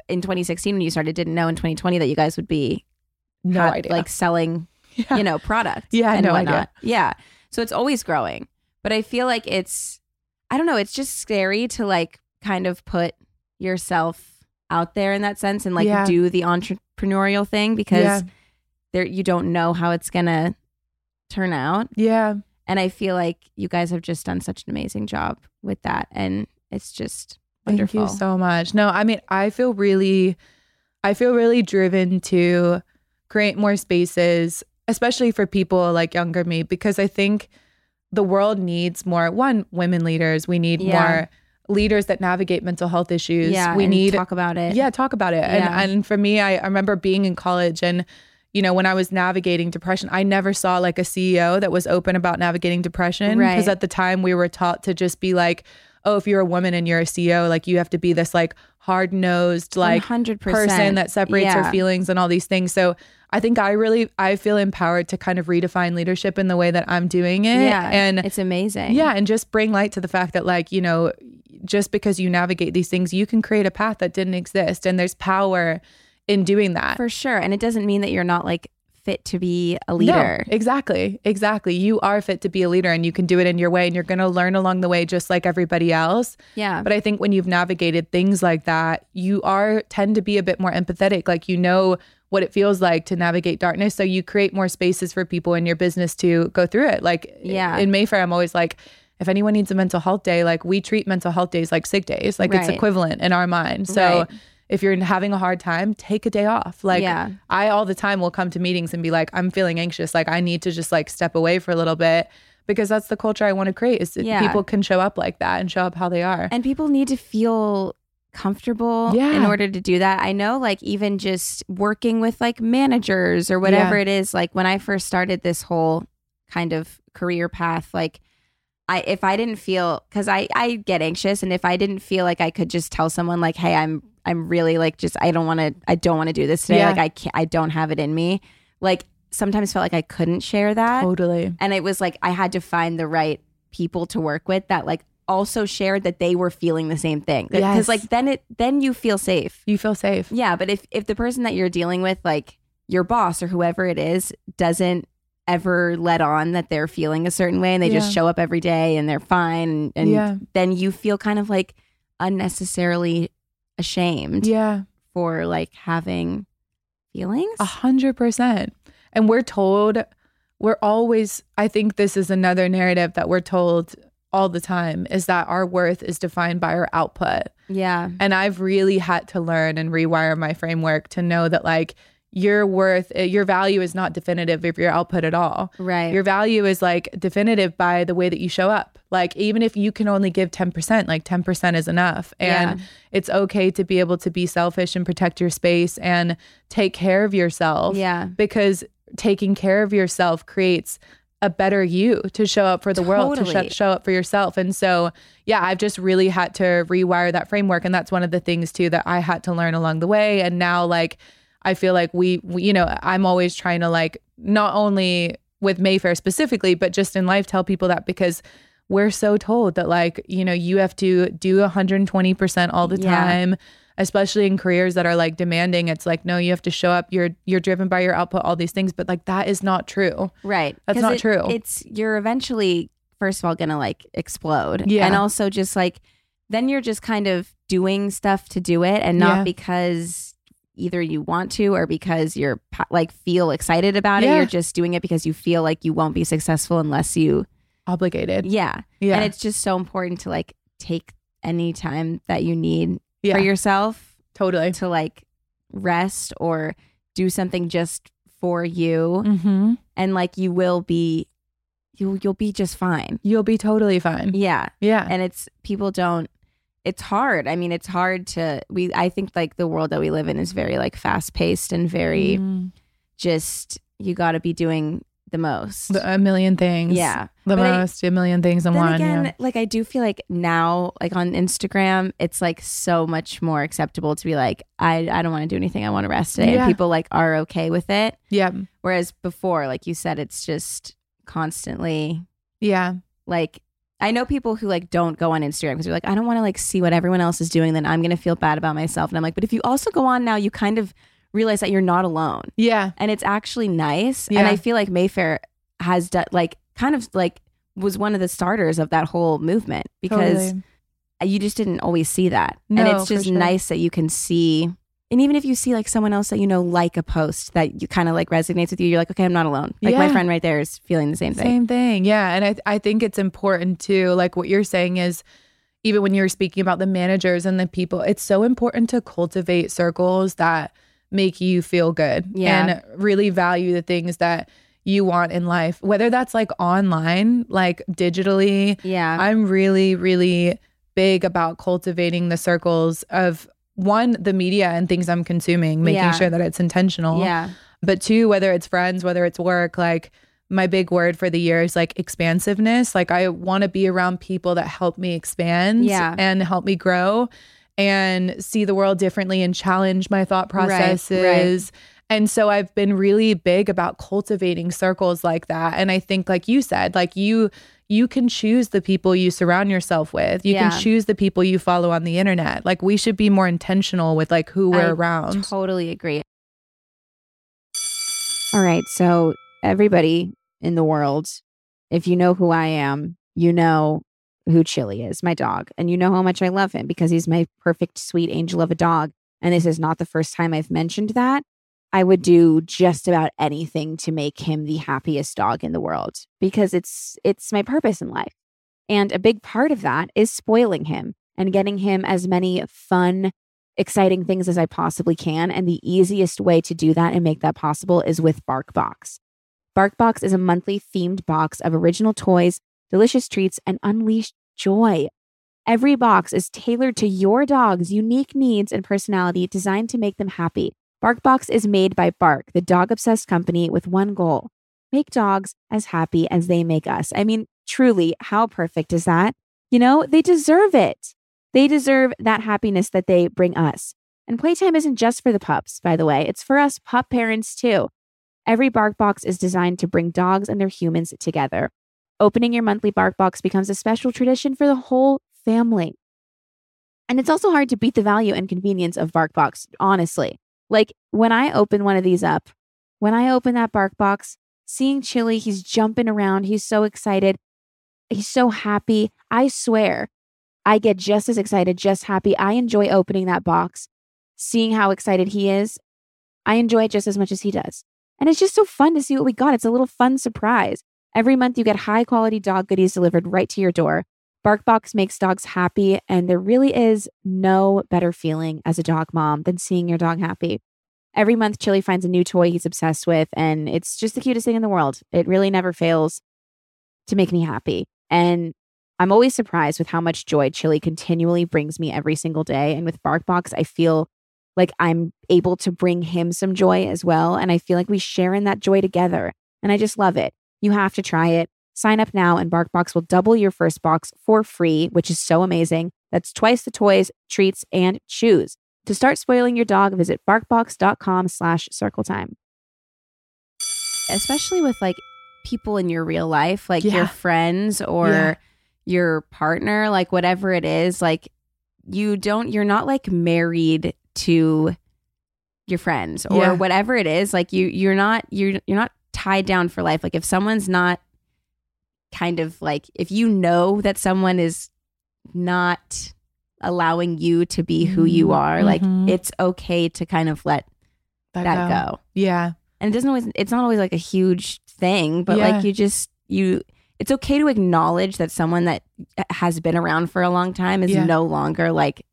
Speaker 1: in 2016 when you started didn't know in 2020 that you guys would be
Speaker 2: No
Speaker 1: ha-
Speaker 2: idea.
Speaker 1: like selling,
Speaker 2: Yeah.
Speaker 1: you know, product.
Speaker 2: Yeah,
Speaker 1: and
Speaker 2: no idea.
Speaker 1: whatnot. Yeah, so it's always growing. But I feel like it's, I don't know, it's just scary to like kind of put yourself out there in that sense and like
Speaker 2: Yeah.
Speaker 1: do the entrepreneurial thing because
Speaker 2: Yeah.
Speaker 1: there you don't know how it's gonna turn out.
Speaker 2: Yeah.
Speaker 1: And I feel like you guys have just done such an amazing job with that. And it's just wonderful.
Speaker 2: Thank you so much. No, I mean, I feel really, I feel really driven to create more spaces, especially for people like younger me, because I think the world needs more one, women leaders. We need
Speaker 1: Yeah.
Speaker 2: more leaders that navigate mental health issues.
Speaker 1: yeah,
Speaker 2: we
Speaker 1: and
Speaker 2: need
Speaker 1: talk about it.
Speaker 2: yeah, talk about it.
Speaker 1: Yeah.
Speaker 2: And and for me, I, I remember being in college and you know, when I was navigating depression, I never saw like a CEO that was open about navigating depression because
Speaker 1: Right.
Speaker 2: at the time we were taught to just be like, oh, if you're a woman and you're a CEO, like you have to be this like hard-nosed like
Speaker 1: 100%.
Speaker 2: person that separates
Speaker 1: Yeah.
Speaker 2: her feelings and all these things. So, I think I really I feel empowered to kind of redefine leadership in the way that I'm doing it.
Speaker 1: Yeah,
Speaker 2: and
Speaker 1: it's amazing.
Speaker 2: yeah, and just bring light to the fact that, like, you know, just because you navigate these things, you can create a path that didn't exist. And there's power in doing that.
Speaker 1: for sure. And it doesn't mean that you're not like fit to be a leader.
Speaker 2: No, exactly. Exactly. You are fit to be a leader and you can do it in your way and you're going to learn along the way just like everybody else.
Speaker 1: yeah,
Speaker 2: But I think when you've navigated things like that, you are tend to be a bit more empathetic. Like, you know, what it feels like to navigate darkness. So you create more spaces for people in your business to go through it. Like
Speaker 1: Yeah.
Speaker 2: in Mayfair, I'm always like, if anyone needs a mental health day, like we treat mental health days like sick days. Like it's
Speaker 1: Right.
Speaker 2: equivalent in our mind. So
Speaker 1: Right.
Speaker 2: if you're having a hard time, take a day off. Like
Speaker 1: Yeah.
Speaker 2: I all the time will come to meetings and be like, I'm feeling anxious. Like I need to just like step away for a little bit because that's the culture I want to create is that
Speaker 1: Yeah.
Speaker 2: people can show up like that and show up how they are.
Speaker 1: and people need to feel comfortable in
Speaker 2: Yeah.
Speaker 1: order to do that. I know like even just working with like managers or whatever it is, like when I first started this whole kind of career path, like I if I didn't feel cuz I I get anxious and if I didn't feel like I could just tell someone like hey, I'm I'm really like just I don't want to I don't want to do this today.
Speaker 2: Yeah.
Speaker 1: Like I can't I don't have it in me. Like sometimes felt like I couldn't share that.
Speaker 2: Totally.
Speaker 1: And it was like I had to find the right people to work with that like also shared that they were feeling the same thing. Because
Speaker 2: Yes.
Speaker 1: like then it then you feel safe.
Speaker 2: You feel safe.
Speaker 1: Yeah, but if if the person that you're dealing with, like your boss or whoever it is, doesn't ever let on that they're feeling a certain way and they
Speaker 2: Yeah.
Speaker 1: just show up every day and they're fine and, and
Speaker 2: Yeah.
Speaker 1: then you feel kind of like unnecessarily ashamed
Speaker 2: Yeah.
Speaker 1: for like having feelings.
Speaker 2: A hundred percent. And we're told, we're always, I think this is another narrative that we're told all the time is that our worth is defined by our output.
Speaker 1: yeah.
Speaker 2: And I've really had to learn and rewire my framework to know that, like, your worth, eh, your value is not definitive of your output at all.
Speaker 1: Right.
Speaker 2: Your value is like definitive by the way that you show up. Like, even if you can only give 10%, like 10% is enough. And
Speaker 1: Yeah.
Speaker 2: it's okay to be able to be selfish and protect your space and take care of yourself.
Speaker 1: Yeah.
Speaker 2: Because taking care of yourself creates a better you to show up for the world, to
Speaker 1: Totally.
Speaker 2: sh- show up for yourself. And so, yeah, I've just really had to rewire that framework. And that's one of the things too that I had to learn along the way. And now, like, I feel like we, we you know, I'm always trying to, like, not only with Mayfair specifically, but just in life, tell people that because we're so told that, like, you know, you have to do 120% all the
Speaker 1: Yeah.
Speaker 2: time especially in careers that are like demanding it's like no you have to show up you're you're driven by your output all these things but like that is not true
Speaker 1: Right.
Speaker 2: That's
Speaker 1: 'Cause
Speaker 2: not
Speaker 1: it-
Speaker 2: true.
Speaker 1: It's you're eventually first of all going to like explode.
Speaker 2: Yeah.
Speaker 1: And also just like then you're just kind of doing stuff to do it and not
Speaker 2: Yeah.
Speaker 1: because either you want to or because you're pa- like feel excited about
Speaker 2: Yeah.
Speaker 1: it. You're just doing it because you feel like you won't be successful unless you
Speaker 2: obligated
Speaker 1: yeah.
Speaker 2: yeah
Speaker 1: And it's just so important to like take any time that you need
Speaker 2: yeah
Speaker 1: for yourself
Speaker 2: totally
Speaker 1: to like rest or do something just for you
Speaker 2: mm-hmm.
Speaker 1: and like you will be you you'll be just fine.
Speaker 2: you'll be totally fine
Speaker 1: Yeah.
Speaker 2: yeah
Speaker 1: And it's people don't it's hard. I mean, it's hard to we I think like the world that we live in is very like fast paced and very
Speaker 2: Mm.
Speaker 1: just you got to be doing the most.
Speaker 2: The- a million things
Speaker 1: yeah.
Speaker 2: the
Speaker 1: But I-
Speaker 2: most a million things in
Speaker 1: then
Speaker 2: one
Speaker 1: again,
Speaker 2: yeah.
Speaker 1: like I do feel like now, like on Instagram, it's like so much more acceptable to be like, I, I don't want to do anything. I want to rest today.
Speaker 2: Yeah.
Speaker 1: And people like are okay with it.
Speaker 2: yeah
Speaker 1: Whereas before, like you said, it's just constantly
Speaker 2: yeah
Speaker 1: like I know people who like don't go on Instagram because they're like, I don't want to like see what everyone else is doing, then I'm gonna feel bad about myself. And I'm like, but if you also go on now, you kind of realize that you're not alone,
Speaker 2: yeah
Speaker 1: and it's actually nice. And
Speaker 2: Yeah.
Speaker 1: I feel like Mayfair has done like kind of like was one of the starters of that whole movement because
Speaker 2: totally.
Speaker 1: you just didn't always see that, and
Speaker 2: No,
Speaker 1: it's
Speaker 2: for
Speaker 1: just
Speaker 2: sure.
Speaker 1: nice that you can see. And even if you see like someone else that you know like a post that you kind of like resonates with you, you're like, okay, I'm not alone. Like my
Speaker 2: Yeah.
Speaker 1: friend right there is feeling the same thing.
Speaker 2: Same thing. Yeah. And I, I think it's important too. Like what you're saying is, even when you're speaking about the managers and the people, it's so important to cultivate circles that make you feel good
Speaker 5: Yeah.
Speaker 2: and really value the things that you want in life, whether that's like online, like digitally.
Speaker 5: Yeah.
Speaker 2: I'm really, really big about cultivating the circles of one, the media and things I'm consuming, making
Speaker 5: Yeah.
Speaker 2: sure that it's intentional.
Speaker 5: yeah.
Speaker 2: But two, whether it's friends, whether it's work, like my big word for the year is like expansiveness. Like I want to be around people that help me expand
Speaker 5: Yeah.
Speaker 2: and help me grow and see the world differently and challenge my thought
Speaker 5: Right, right.
Speaker 2: processes. And so I've been really big about cultivating circles like that. And I think like you said, like you you can choose the people you surround yourself with. You
Speaker 5: Yeah.
Speaker 2: can choose the people you follow on the internet. Like we should be more intentional with like who we're
Speaker 5: I
Speaker 2: around.
Speaker 5: Totally agree.
Speaker 1: All right. So, everybody in the world, if you know who I am, you know who Chili is, my dog, and you know how much I love him because he's my perfect, sweet angel of a dog. And this is not the first time I've mentioned that. I would do just about anything to make him the happiest dog in the world because it's it's my purpose in life. And a big part of that is spoiling him and getting him as many fun exciting things as I possibly can. And the easiest way to do that and make that possible is with Barkbox. Barkbox is a monthly themed box of original toys, delicious treats, and unleashed joy. Every box is tailored to your dog's unique needs and personality, designed to make them happy. Barkbox is made by Bark, the dog obsessed company, with one goal make dogs as happy as they make us. I mean, truly, how perfect is that? You know, they deserve it. They deserve that happiness that they bring us. And playtime isn't just for the pups, by the way, it's for us pup parents too. Every bark box is designed to bring dogs and their humans together. Opening your monthly bark box becomes a special tradition for the whole family. And it's also hard to beat the value and convenience of Barkbox, honestly. Like when I open one of these up, when I open that Barkbox, seeing Chili, he's jumping around, he's so excited, he's so happy. I swear, I get just as excited, just happy. I enjoy opening that box, seeing how excited he is. I enjoy it just as much as he does. And it's just so fun to see what we got. It's a little fun surprise. Every month, you get high quality dog goodies delivered right to your door. Barkbox makes dogs happy, and there really is no better feeling as a dog mom than seeing your dog happy. Every month, Chili finds a new toy he's obsessed with, and it's just the cutest thing in the world. It really never fails to make me happy. And I'm always surprised with how much joy Chili continually brings me every single day. And with Barkbox, I feel like I'm able to bring him some joy as well. And I feel like we share in that joy together. And I just love it. You have to try it. Sign up now, and Barkbox will double your first box for free, which is so amazing. That's twice the toys, treats, and chews. To start spoiling your dog, visit barkbox.com slash circle time.
Speaker 5: Especially with like people in your real life, like your
Speaker 2: Yeah.
Speaker 5: friends or
Speaker 2: Yeah.
Speaker 5: your partner, like whatever it is, like you don't, you're not like married to your friends or
Speaker 2: Yeah.
Speaker 5: whatever it is. Like you, you're not, you're, you're not tied down for life. Like if someone's not kind of like, if you know that someone is not allowing you to be who you are,
Speaker 2: Mhm.
Speaker 5: like it's okay to kind of let that go.
Speaker 2: Yeah.
Speaker 5: and it doesn't always it's not always like a huge thing but
Speaker 2: Yeah.
Speaker 5: like you just you it's okay to acknowledge that someone that uh, has been around for a long time is
Speaker 2: Yeah. Ah.
Speaker 5: no longer like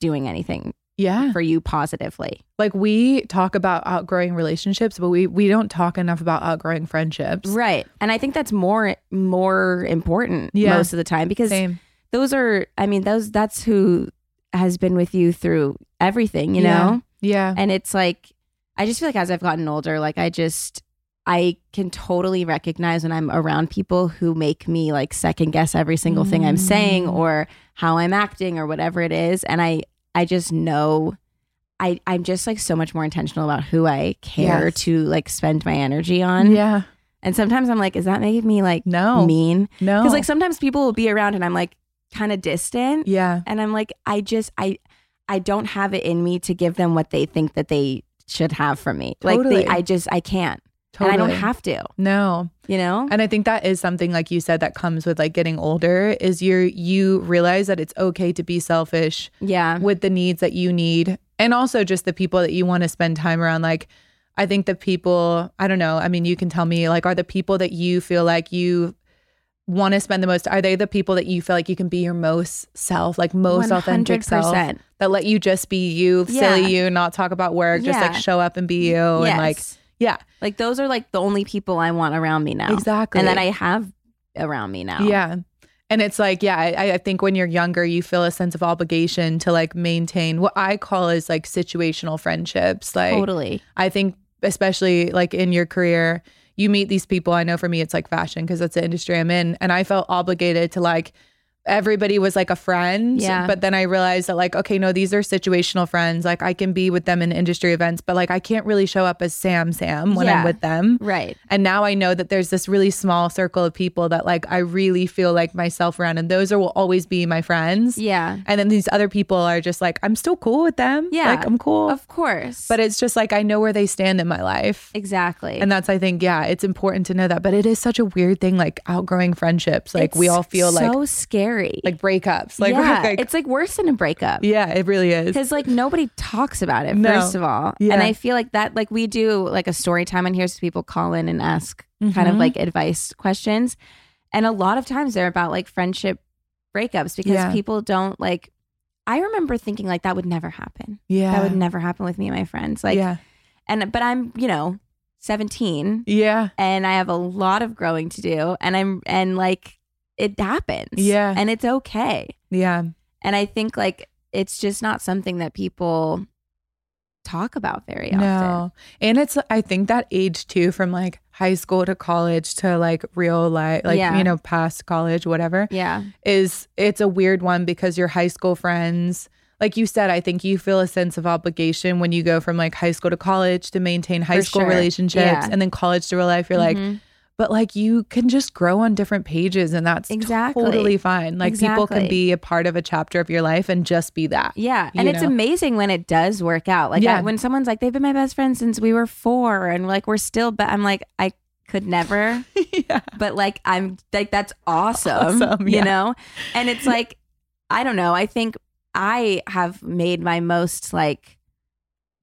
Speaker 5: doing anything
Speaker 2: Yeah.
Speaker 5: for you positively
Speaker 2: Like we talk about outgrowing relationships, but we we don't talk enough about outgrowing friendships.
Speaker 5: right and i think that's more more important
Speaker 2: Yeah.
Speaker 5: most of the time because
Speaker 2: Same.
Speaker 5: those are i mean those that's who has been with you through everything you
Speaker 2: Yeah.
Speaker 5: know
Speaker 2: Yeah.
Speaker 5: and it's like i just feel like as i've gotten older like i just i can totally recognize when i'm around people who make me like second guess every single thing i'm saying
Speaker 2: Mm.
Speaker 5: or how i'm acting or whatever it is and i i just know i i'm just like so much more intentional about who i care
Speaker 2: Yes.
Speaker 5: to like spend my energy on
Speaker 2: yeah.
Speaker 5: and sometimes i'm like is that making me like
Speaker 2: No.
Speaker 5: mean
Speaker 2: No.
Speaker 5: because like sometimes people will be around and i'm like kind of distant
Speaker 2: yeah.
Speaker 5: and i'm like i just i i don't have it in me to give them what they think that they should have from me like
Speaker 2: Totally.
Speaker 5: they i just i can't
Speaker 2: Totally.
Speaker 5: and i don't have to
Speaker 2: No.
Speaker 5: you know
Speaker 2: And I think that is something like you said that comes with like getting older is you are you realize that it's okay to be selfish
Speaker 5: yeah
Speaker 2: with the needs that you need and also just the people that you want to spend time around like i think the people i don't know i mean you can tell me like are the people that you feel like you want to spend the most? Are they the people that you feel like you can be your most self, like most authentic self,
Speaker 1: 100%.
Speaker 2: that let you just be you,
Speaker 1: Yeah.
Speaker 2: silly you, not talk about work, just like
Speaker 1: Yeah.
Speaker 2: show up and be you, Oh, and like
Speaker 1: Yes.
Speaker 2: yeah,
Speaker 1: like those are like the only people I want around me now.
Speaker 2: exactly,
Speaker 1: And that I have around me now.
Speaker 2: Yeah. And it's like, yeah, I, I think when you're younger, you feel a sense of obligation to like maintain what I call is like situational friendships. Like,
Speaker 1: Totally.
Speaker 2: I think, especially like in your career, you meet these people. I know for me, it's like fashion because that's the industry I'm in. And I felt obligated to like, everybody was like a friend.
Speaker 1: Yeah.
Speaker 2: But then I realized that, like, okay, no, these are situational friends. Like, I can be with them in industry events, but like, I can't really show up as Sam Sam when
Speaker 1: Yeah.
Speaker 2: I'm with them.
Speaker 1: Right.
Speaker 2: And now I know that there's this really small circle of people that like I really feel like myself around, and those are will always be my friends.
Speaker 1: Yeah.
Speaker 2: And then these other people are just like I'm still cool with them.
Speaker 1: Yeah.
Speaker 2: like I'm cool.
Speaker 1: Of course.
Speaker 2: but it's just like I know where they stand in my life.
Speaker 1: exactly.
Speaker 2: And that's I think yeah, it's important to know that. But it is such a weird thing, like outgrowing friendships. Like we all feel
Speaker 1: so
Speaker 2: like
Speaker 1: so scary.
Speaker 2: like breakups. Like,
Speaker 1: yeah,
Speaker 2: like-
Speaker 1: it's like worse than a breakup.
Speaker 2: yeah, it really is.
Speaker 1: Because like nobody talks about it,
Speaker 2: No.
Speaker 1: first of all.
Speaker 2: Yeah.
Speaker 1: And I feel like that like we do like a story time and here's people call in and ask kind of
Speaker 2: Mhm.
Speaker 1: like advice questions. And a lot of times they're about like friendship breakups because
Speaker 2: Yeah.
Speaker 1: people don't like I remember thinking like that would never happen.
Speaker 2: Yeah,
Speaker 1: That would never happen with me and my friends. Like
Speaker 2: yeah,
Speaker 1: and but I'm, you know, 17
Speaker 2: yeah,
Speaker 1: and I have a lot of growing to do and I'm and like it happens.
Speaker 2: Yeah.
Speaker 1: And it's okay.
Speaker 2: yeah.
Speaker 1: And I think like it's just not something that people talk about very often.
Speaker 2: No. And it's I think that age too from like high school to college to like real life like
Speaker 1: Yeah.
Speaker 2: you know past college whatever
Speaker 1: Yeah.
Speaker 2: is it's a weird one because your high school friends like you said I think you feel a sense of obligation when you go from like high school to college to maintain high
Speaker 1: For
Speaker 2: school
Speaker 1: sure.
Speaker 2: relationships
Speaker 1: Yeah.
Speaker 2: and then college to real life you're like
Speaker 1: Mhm.
Speaker 2: but like you can just grow on different pages and that's
Speaker 1: Exactly.
Speaker 2: totally fine like people can
Speaker 1: Exactly.
Speaker 2: be a part of a chapter of your life and just be that
Speaker 1: yeah. And
Speaker 2: you
Speaker 1: it's
Speaker 2: know.
Speaker 1: amazing when it does work out. Like
Speaker 2: Yeah.
Speaker 1: I, when someone's like, they've been my best friend since we were four and like we're still, but I'm like, I could never,
Speaker 2: yeah
Speaker 1: but like I'm like, that's awesome.
Speaker 2: Awesome,
Speaker 1: You
Speaker 2: yeah.
Speaker 1: know? And it's like, I don't know. I think I have made my most like,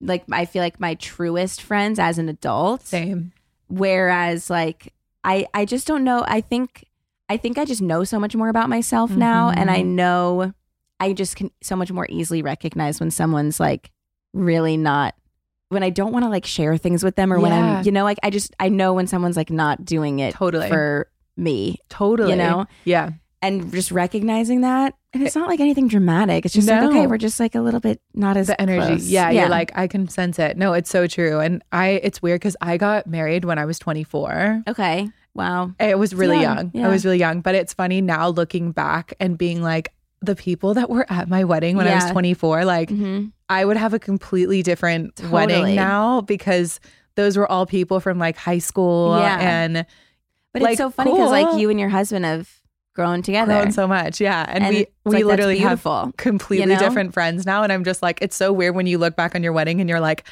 Speaker 1: like I feel like my truest friends as an adult.
Speaker 2: same
Speaker 1: whereas like i i just don't know i think i think i just know so much more about myself now and i
Speaker 2: Mhm.
Speaker 1: know i just can so much more easily recognize when someone's like really not when i don't want to like share things with them or when
Speaker 2: Yeah.
Speaker 1: i'm you know like i just i know when someone's like not doing it
Speaker 2: Totally.
Speaker 1: for me
Speaker 2: totally
Speaker 1: know?
Speaker 2: yeah
Speaker 1: and just recognizing that and it's not like anything dramatic it's just like okay
Speaker 2: No.
Speaker 1: we're just like a little bit not as
Speaker 2: the energy.
Speaker 1: close.
Speaker 2: Yeah, you're like I can sense it. No, it's so true. And I, it's weird because I got married when I was 24.
Speaker 1: okay wow
Speaker 2: It was really
Speaker 1: young,
Speaker 2: young.
Speaker 1: yeah.
Speaker 2: I was really young, but it's funny now looking back and being like the people that were at my wedding when I was
Speaker 1: Yeah.
Speaker 2: 24. Like
Speaker 1: Mhm.
Speaker 2: I would have a completely different
Speaker 1: Totally.
Speaker 2: wedding now because those were all people from like high school
Speaker 1: Yeah.
Speaker 2: and
Speaker 1: but
Speaker 2: Like,
Speaker 1: it's so funny because like
Speaker 2: cool.
Speaker 1: you and your husband have grown together
Speaker 2: grown so much. Yeah, and,
Speaker 1: And
Speaker 2: we
Speaker 1: it's
Speaker 2: we
Speaker 1: like, that's
Speaker 2: literally have
Speaker 1: beautiful, you
Speaker 2: completely
Speaker 1: know?
Speaker 2: different friends now, and I'm just like, it's so weird when you look back on your wedding and you're like.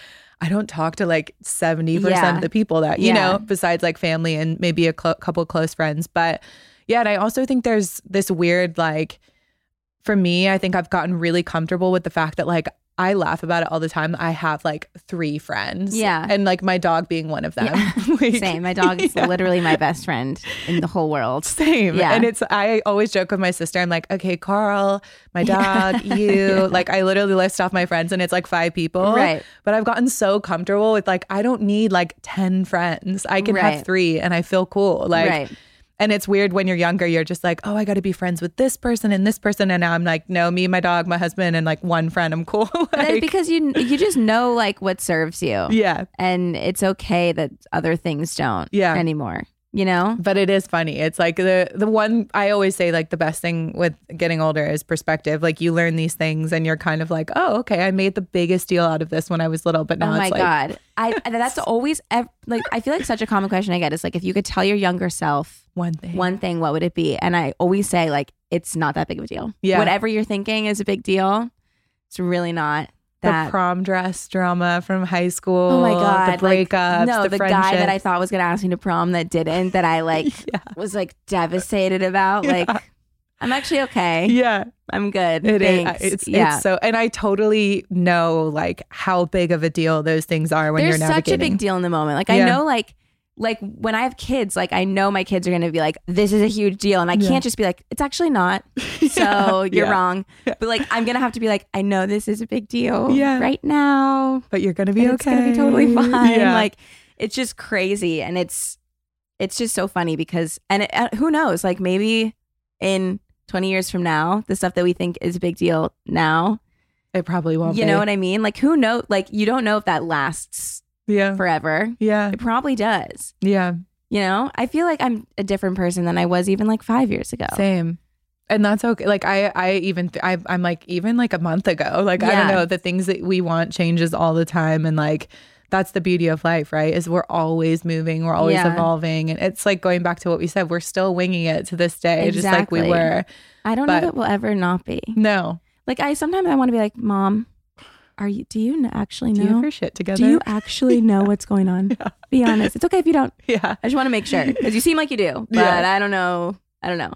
Speaker 2: I don't talk to like 70%
Speaker 1: Yeah.
Speaker 2: of the people that, you
Speaker 1: Yeah.
Speaker 2: know, besides like family and maybe a clo couple close friends. But yeah, and I also think there's this weird, like, for me, I think I've gotten really comfortable with the fact that like I laugh about it all the time. I have like three friends.
Speaker 1: Yeah.
Speaker 2: And like my dog being one of them.
Speaker 1: Yeah.
Speaker 2: Like,
Speaker 1: Same. My dog is
Speaker 2: yeah.
Speaker 1: literally my best friend in the whole world.
Speaker 2: Same.
Speaker 1: Yeah.
Speaker 2: And it's, I always joke with my sister, I'm like, okay, Carl, my dog, you. Like, I literally list off my friends and it's like five people.
Speaker 1: Right.
Speaker 2: But I've gotten so comfortable with like, I don't need like 10 friends. I can
Speaker 1: Right.
Speaker 2: have three and I feel cool. Like,
Speaker 1: Right.
Speaker 2: and it's weird when you're younger, you're just like, oh, I got to be friends with this person and this person. And now I'm like, no, me, my dog, my husband, and like one friend, I'm cool.
Speaker 1: That's
Speaker 2: like,
Speaker 1: because you you just know like what serves you.
Speaker 2: yeah.
Speaker 1: And it's okay that other things don't
Speaker 2: Yeah.
Speaker 1: anymore. You know?
Speaker 2: But it is funny. It's like the the one I always say like the best thing with getting older is perspective. Like you learn these things and you're kind of like, "Oh, okay, I made the biggest deal out of this when I was little, but now
Speaker 1: oh my
Speaker 2: it's like
Speaker 1: god. I that's always ev- like I feel like such a common question I get is like if you could tell your younger self
Speaker 2: one thing."
Speaker 1: one thing what would it be? And I always say like it's not that big of a deal.
Speaker 2: Yeah.
Speaker 1: Whatever you're thinking is a big deal. It's really not
Speaker 2: the
Speaker 1: that
Speaker 2: prom dress drama from high school.
Speaker 1: Oh my god!
Speaker 2: the breakups,
Speaker 1: Like, no,
Speaker 2: the,
Speaker 1: the, guy that I
Speaker 2: friendships.
Speaker 1: thought was gonna ask me to prom that didn't. That I like was like devastated about. Like, I'm actually okay.
Speaker 2: yeah,
Speaker 1: I'm good.
Speaker 2: it is.
Speaker 1: Thanks.
Speaker 2: It's,
Speaker 1: yeah.
Speaker 2: it's so, and I totally know like how big of a deal those things are when
Speaker 1: There's
Speaker 2: you're
Speaker 1: such a
Speaker 2: navigating.
Speaker 1: big deal in the moment. Like I
Speaker 2: Yeah.
Speaker 1: know, like like when I have kids, like I know my kids are going to be like, this is a huge deal. And I
Speaker 2: Yeah.
Speaker 1: can't just be like, it's actually not. So you're
Speaker 2: Yeah.
Speaker 1: wrong.
Speaker 2: Yeah.
Speaker 1: But like, I'm going to have to be like, I know this is a big deal
Speaker 2: Yeah.
Speaker 1: right now.
Speaker 2: but you're gonna be
Speaker 1: And
Speaker 2: okay.
Speaker 1: It's going to be totally fine.
Speaker 2: Yeah.
Speaker 1: Like, it's just crazy. And it's, it's just so funny because, and it, uh, who knows, like maybe in 20 years from now, the stuff that we think is a big deal now,
Speaker 2: it probably won't.
Speaker 1: you know what I mean? Like, who know? Like, you don't know if that lasts
Speaker 2: Yeah,
Speaker 1: forever.
Speaker 2: yeah,
Speaker 1: It probably does.
Speaker 2: yeah.
Speaker 1: You know, I feel like I'm a different person than I was even like five years ago.
Speaker 2: Same. And that's okay. Like I, I even th- I, I'm like even like a month ago. Like I don't
Speaker 1: Yeah.
Speaker 2: know the things that we want changes all the time, and like that's the beauty of life, right? Is we're always moving, we're always
Speaker 1: Yeah.
Speaker 2: evolving, and it's like going back to what we said. We're still winging it to this day, just like we
Speaker 1: Exactly.
Speaker 2: were.
Speaker 1: I don't know
Speaker 2: But-
Speaker 1: if it will ever not be.
Speaker 2: No,
Speaker 1: Like I sometimes I want to be like, Mom, are you? Do you n- actually
Speaker 2: do
Speaker 1: know?
Speaker 2: you have your shit together?
Speaker 1: Do you actually know what's going on? Be honest. It's okay if you don't.
Speaker 2: yeah,
Speaker 1: I just want to make sure because you seem like you do, but
Speaker 2: Yeah.
Speaker 1: I don't know. I don't know.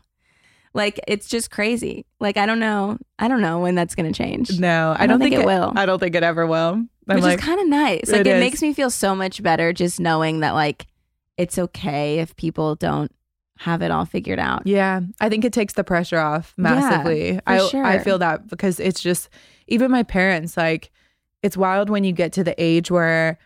Speaker 1: Like it's just crazy. Like I don't know. I don't know when that's gonna change.
Speaker 2: no, I, don't think, it,
Speaker 1: will.
Speaker 2: I don't think it ever will. I'm
Speaker 1: which
Speaker 2: like,
Speaker 1: is kind of nice. Like
Speaker 2: It
Speaker 1: it,
Speaker 2: is.
Speaker 1: makes me feel so much better just knowing that like it's okay if people don't have it all figured out.
Speaker 2: Yeah, I think it takes the pressure off massively. I I
Speaker 1: sure.
Speaker 2: feel that because it's just even my parents like it's wild when you get to the age where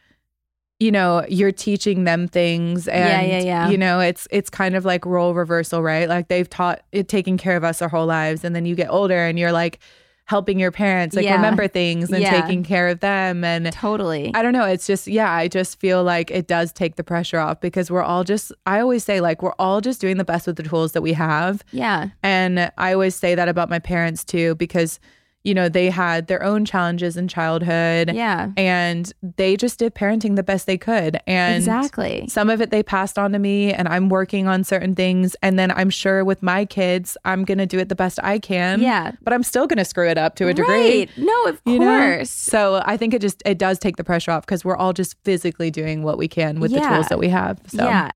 Speaker 2: you know you're teaching them things
Speaker 1: Yeah,
Speaker 2: and
Speaker 1: yeah, yeah.
Speaker 2: you know it's it's kind of like role reversal, right? Like they've taught it taking care of us our whole lives and then you get older and you're like helping your parents like
Speaker 1: Yeah.
Speaker 2: remember things and
Speaker 1: Yeah.
Speaker 2: taking care of them and
Speaker 1: Totally.
Speaker 2: I don't know. It's just, yeah, I just feel like it does take the pressure off because we're all just, I always say, like, we're all just doing the best with the tools that we have.
Speaker 1: yeah.
Speaker 2: And I always say that about my parents too, because, you know, they had their own challenges in childhood
Speaker 1: Yeah.
Speaker 2: and they just did parenting the best they could. And
Speaker 1: exactly.
Speaker 2: some of it they passed on to me, and I'm working on certain things. And then I'm sure with my kids, I'm going to do it the best I can.
Speaker 1: Yeah.
Speaker 2: But I'm still going to screw it up to a degree
Speaker 1: Right. No, of
Speaker 2: you know?
Speaker 1: course.
Speaker 2: So I think it just it does take the pressure off because we're all just physically doing what we can with the
Speaker 1: Yeah.
Speaker 2: tools that we have. So
Speaker 1: Yeah.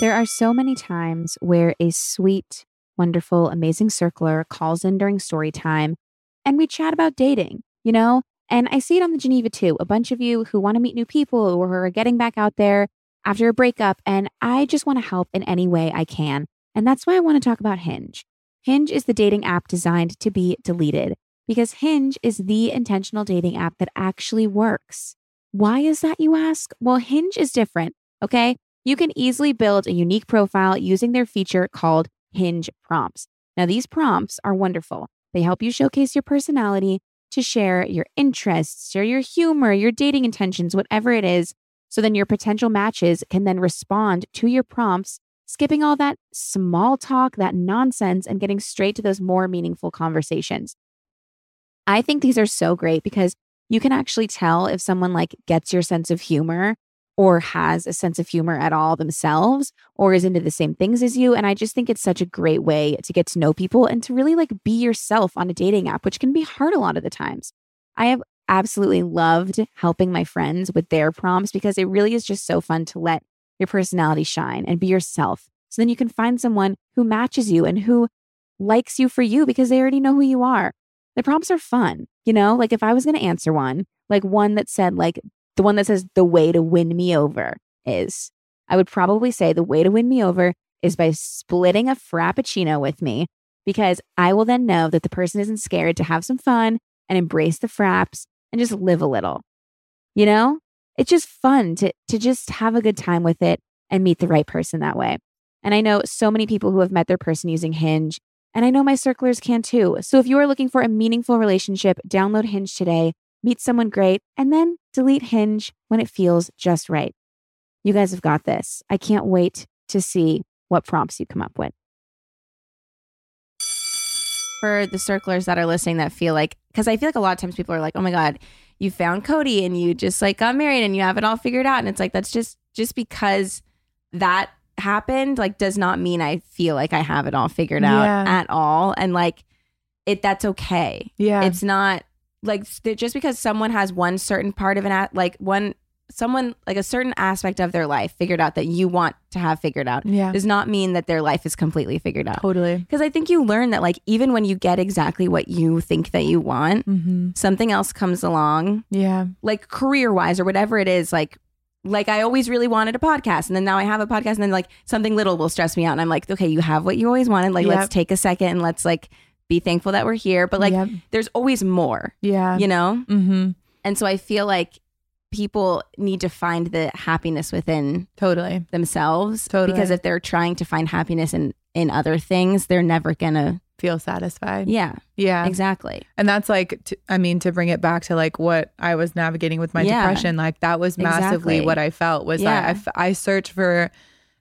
Speaker 3: There are so many times where a sweet, wonderful, amazing circler calls in during story time and we chat about dating, you know? And I see it on the Geneva too. A bunch of you who want to meet new people or who are getting back out there after a breakup. And I just want to help in any way I can. And that's why I want to talk about Hinge. Hinge is the dating app designed to be deleted because Hinge is the intentional dating app that actually works. Why is that, you ask? Well, Hinge is different, okay? you can easily build a unique profile using their feature called Hinge Prompts. Now, these prompts are wonderful. They help you showcase your personality to share your interests, share your humor, your dating intentions, whatever it is. So then your potential matches can then respond to your prompts, skipping all that small talk, that nonsense, and getting straight to those more meaningful conversations. I think these are so great because you can actually tell if someone like gets your sense of humor or has a sense of humor at all themselves or is into the same things as you and i just think it's such a great way to get to know people and to really like be yourself on a dating app which can be hard a lot of the times i have absolutely loved helping my friends with their prompts because it really is just so fun to let your personality shine and be yourself so then you can find someone who matches you and who likes you for you because they already know who you are the prompts are fun you know like if i was going to answer one like one that said like the one that says the way to win me over is i would probably say the way to win me over is by splitting a frappuccino with me because i will then know that the person isn't scared to have some fun and embrace the fraps and just live a little you know it's just fun to to just have a good time with it and meet the right person that way and i know so many people who have met their person using hinge and i know my circlers can too so if you are looking for a meaningful relationship download hinge today meet someone great, and then delete Hinge when it feels just right. You guys have got this. I can't wait to see what prompts you come up with.
Speaker 1: For the circlers that are listening that feel like, because I feel like a lot of times people are like, oh my God, you found Cody and you just like got married and you have it all figured out. And it's like, that's just, just because that happened, like, does not mean I feel like I have it all figured out
Speaker 2: Yeah.
Speaker 1: at all. And like, it, that's okay.
Speaker 2: yeah,
Speaker 1: It's not like s- that just because someone has one certain part of an a- like one someone like a certain aspect of their life figured out that you want to have figured out
Speaker 2: yeah,
Speaker 1: does not mean that their life is completely figured out.
Speaker 2: totally.
Speaker 1: Because I think you learn that like even when you get exactly what you think that you want,
Speaker 2: Mm-hmm.
Speaker 1: something else comes along,
Speaker 2: Yeah,
Speaker 1: like career wise or whatever it is, like like I always really wanted a podcast and then now I have a podcast and then like something little will stress me out and I'm like, okay, you have what you always wanted. Like
Speaker 2: Yep.
Speaker 1: let's take a second and let's like be thankful that we're here. But like
Speaker 2: Yep.
Speaker 1: there's always more,
Speaker 2: yeah.
Speaker 1: you know?
Speaker 2: Mm-hmm.
Speaker 1: And so I feel like people need to find the happiness within
Speaker 2: Totally.
Speaker 1: themselves.
Speaker 2: Totally.
Speaker 1: Because if they're trying to find happiness in in other things, they're never gonna
Speaker 2: Feel satisfied.
Speaker 1: Yeah.
Speaker 2: Yeah.
Speaker 1: Exactly.
Speaker 2: And that's like, t- I mean, to bring it back to like what I was navigating with my
Speaker 1: Yeah.
Speaker 2: depression, like that was massively
Speaker 1: Exactly.
Speaker 2: what I felt was that I,
Speaker 1: Yeah.
Speaker 2: f- I searched for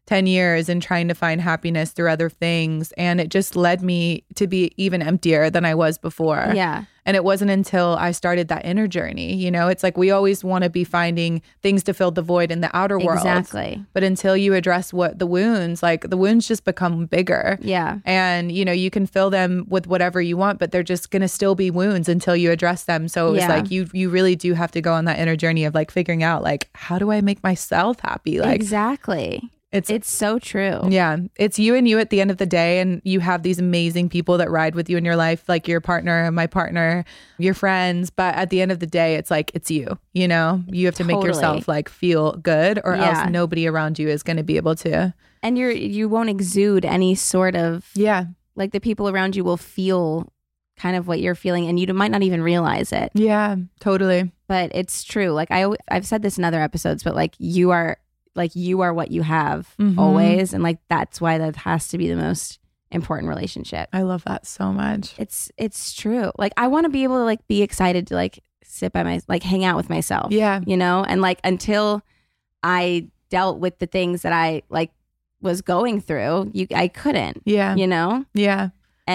Speaker 2: 10 years in trying to find happiness through other things. And it just led me to be even emptier than I was before.
Speaker 1: Yeah.
Speaker 2: And it wasn't until I started that inner journey, you know, it's like we always want to be finding things to fill the void in the outer world.
Speaker 1: Exactly.
Speaker 2: But until you address what the wounds, like the wounds just become bigger
Speaker 1: Yeah.
Speaker 2: and you know you can fill them with whatever you want but they're just going to still be wounds until you address them so it was
Speaker 1: Yeah.
Speaker 2: like you you really do have to go on that inner journey of like figuring out like how do i make myself happy like
Speaker 1: exactly.
Speaker 2: it's
Speaker 1: It's so true.
Speaker 2: yeah it's you and you at the end of the day and you have these amazing people that ride with you in your life like your partner my partner your friends but at the end of the day it's like it's you you know you have to make
Speaker 1: Totally.
Speaker 2: yourself like feel good or
Speaker 1: Yeah.
Speaker 2: else nobody around you is going to be able to
Speaker 1: And you're you won't exude any sort of
Speaker 2: yeah
Speaker 1: like the people around you will feel kind of what you're feeling and you might not even realize it.
Speaker 2: yeah totally
Speaker 1: But it's true. Like I al- I've said this in other episodes, but like you are like you are what you have
Speaker 2: Mhm.
Speaker 1: always and like that's why that has to be the most important relationship.
Speaker 2: i love that so much
Speaker 1: It's it's true. Like I want to be able to like be excited to like sit by my like hang out with myself.
Speaker 2: yeah
Speaker 1: you know and like until i dealt with the things that i like was going through you i couldn't
Speaker 2: yeah
Speaker 1: you know
Speaker 2: Yeah.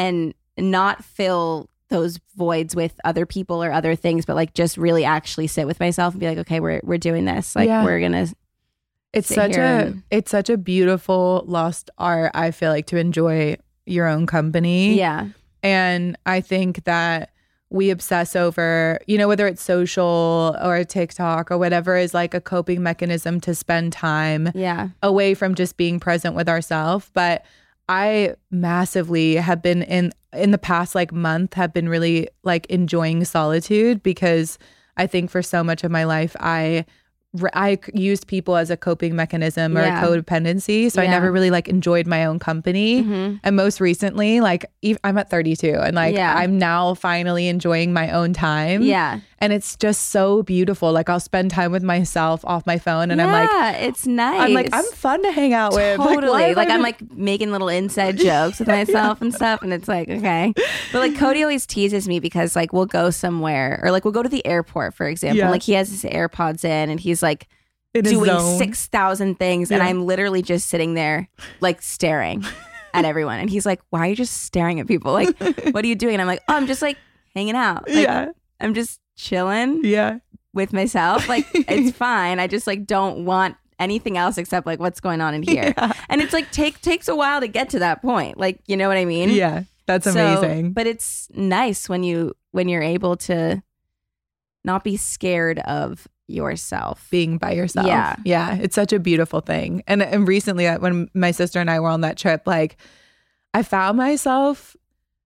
Speaker 1: and not fill those voids with other people or other things but like just really actually sit with myself and be like okay we're we're doing this like
Speaker 2: Yeah.
Speaker 1: we're gonna
Speaker 2: It's
Speaker 1: sit
Speaker 2: such
Speaker 1: here
Speaker 2: a
Speaker 1: and-
Speaker 2: it's such a beautiful lost art, I feel like, to enjoy your own company.
Speaker 1: yeah
Speaker 2: And I think that we obsess over, you know, whether it's social or TikTok or whatever is like a coping mechanism to spend time
Speaker 1: yeah
Speaker 2: away from just being present with ourselves. But I massively have been in in the past like month have been really like enjoying solitude because I think for so much of my life I re- I c- used people as a coping mechanism or
Speaker 1: Yeah.
Speaker 2: a codependency, so I
Speaker 1: Yeah.
Speaker 2: never really like enjoyed my own company.
Speaker 1: Mhm.
Speaker 2: And most recently, like ev- I'm at 32, and like
Speaker 1: Yeah.
Speaker 2: I'm now finally enjoying my own time.
Speaker 1: yeah
Speaker 2: and it's just so beautiful. Like I'll spend time with myself off my phone, and I'm like,
Speaker 1: Yeah, it's nice
Speaker 2: I'm like, I'm fun to hang out with.
Speaker 1: Totally.
Speaker 2: why
Speaker 1: Like,
Speaker 2: have I
Speaker 1: I'm
Speaker 2: been-
Speaker 1: like making little inside jokes with myself and stuff. And it's like, okay. But like Cody always teases me because like we'll go somewhere or like we'll go to the airport, for example.
Speaker 2: Yeah.
Speaker 1: Like he has his AirPods in and he's like
Speaker 2: in a
Speaker 1: doing
Speaker 2: zone.
Speaker 1: 6,000 things. And
Speaker 2: Yeah.
Speaker 1: I'm literally just sitting there like staring at everyone. And he's like, why are you just staring at people? Like, what are you doing? And I'm like, oh, I'm just like hanging out. Like,
Speaker 2: yeah,
Speaker 1: I'm just chilling
Speaker 2: yeah,
Speaker 1: with myself. Like it's fine. I just like don't want anything else except like what's going on in here. And it's like take takes a while to get to that point. Like you know what I mean?
Speaker 2: yeah. That's
Speaker 1: So-
Speaker 2: amazing.
Speaker 1: But it's nice when you when you're able to not be scared of yourself.
Speaker 2: being by yourself.
Speaker 1: Yeah.
Speaker 2: Yeah. It's such a beautiful thing. And and recently uh, when my sister and I were on that trip, like I found myself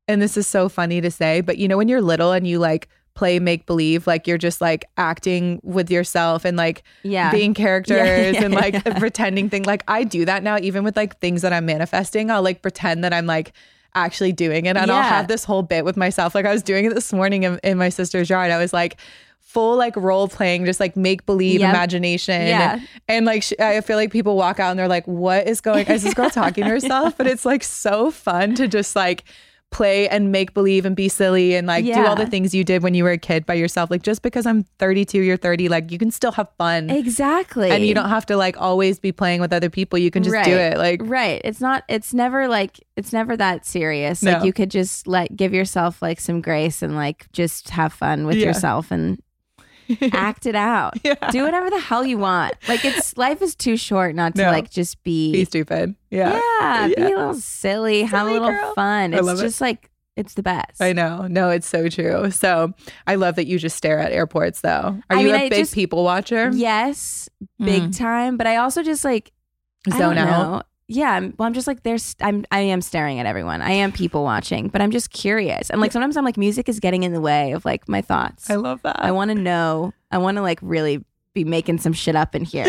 Speaker 2: and this is so funny to say, but you know when you're little and you like play make believe, like you're just like acting with yourself and like
Speaker 1: yeah.
Speaker 2: being characters
Speaker 1: yeah,
Speaker 2: and like
Speaker 1: yeah.
Speaker 2: pretending thing. Like I do that now, even with like things that I'm manifesting, I'll like pretend that I'm like actually doing it. And I'll
Speaker 1: Yeah.
Speaker 2: have this whole bit with myself. Like I was doing it this morning in, in my sister's yard. I was like full like role playing, just like make believe
Speaker 1: Yep.
Speaker 2: imagination.
Speaker 1: Yeah.
Speaker 2: And like sh- I feel like people walk out and they're like, what is going Is this girl talking to herself? But it's like so fun to just like play and make believe and be silly and like do all the
Speaker 1: Yeah.
Speaker 2: things you did when you were a kid by yourself. Like just because I'm 32, you're 30, like you can still have fun.
Speaker 1: exactly.
Speaker 2: Mm-hmm. And you don't have to like always be playing with other people. You can just do
Speaker 1: Right.
Speaker 2: it. Like,
Speaker 1: Right. It's not it's never like it's never that serious.
Speaker 2: No.
Speaker 1: Like you could just let give yourself like some grace and like just have fun with
Speaker 2: Yeah.
Speaker 1: yourself and act it out.
Speaker 2: Yeah.
Speaker 1: Do whatever the hell you want. Like it's life is too short not to
Speaker 2: No.
Speaker 1: like just be
Speaker 2: be stupid. Yeah.
Speaker 1: yeah,
Speaker 2: Yeah.
Speaker 1: be a little silly, have a
Speaker 2: Silly
Speaker 1: little
Speaker 2: girl.
Speaker 1: fun.
Speaker 2: I
Speaker 1: It's
Speaker 2: love it.
Speaker 1: just like it's the best.
Speaker 2: I know. No, it's so true. So I love that you just stare at airports though. Are
Speaker 1: I
Speaker 2: you
Speaker 1: mean,
Speaker 2: a
Speaker 1: I
Speaker 2: big
Speaker 1: just-
Speaker 2: people watcher?
Speaker 1: Yes, big
Speaker 2: Mm.
Speaker 1: time, but I also just like I
Speaker 2: Zone
Speaker 1: don't
Speaker 2: out.
Speaker 1: know. Yeah, I'm, well, I'm just like there's. I'm. I am staring at everyone. I am people watching, but I'm just curious. And like sometimes I'm like, music is getting in the way of like my thoughts.
Speaker 2: I
Speaker 1: I,
Speaker 2: love that.
Speaker 1: want to know. I want to like really be making some shit up in here.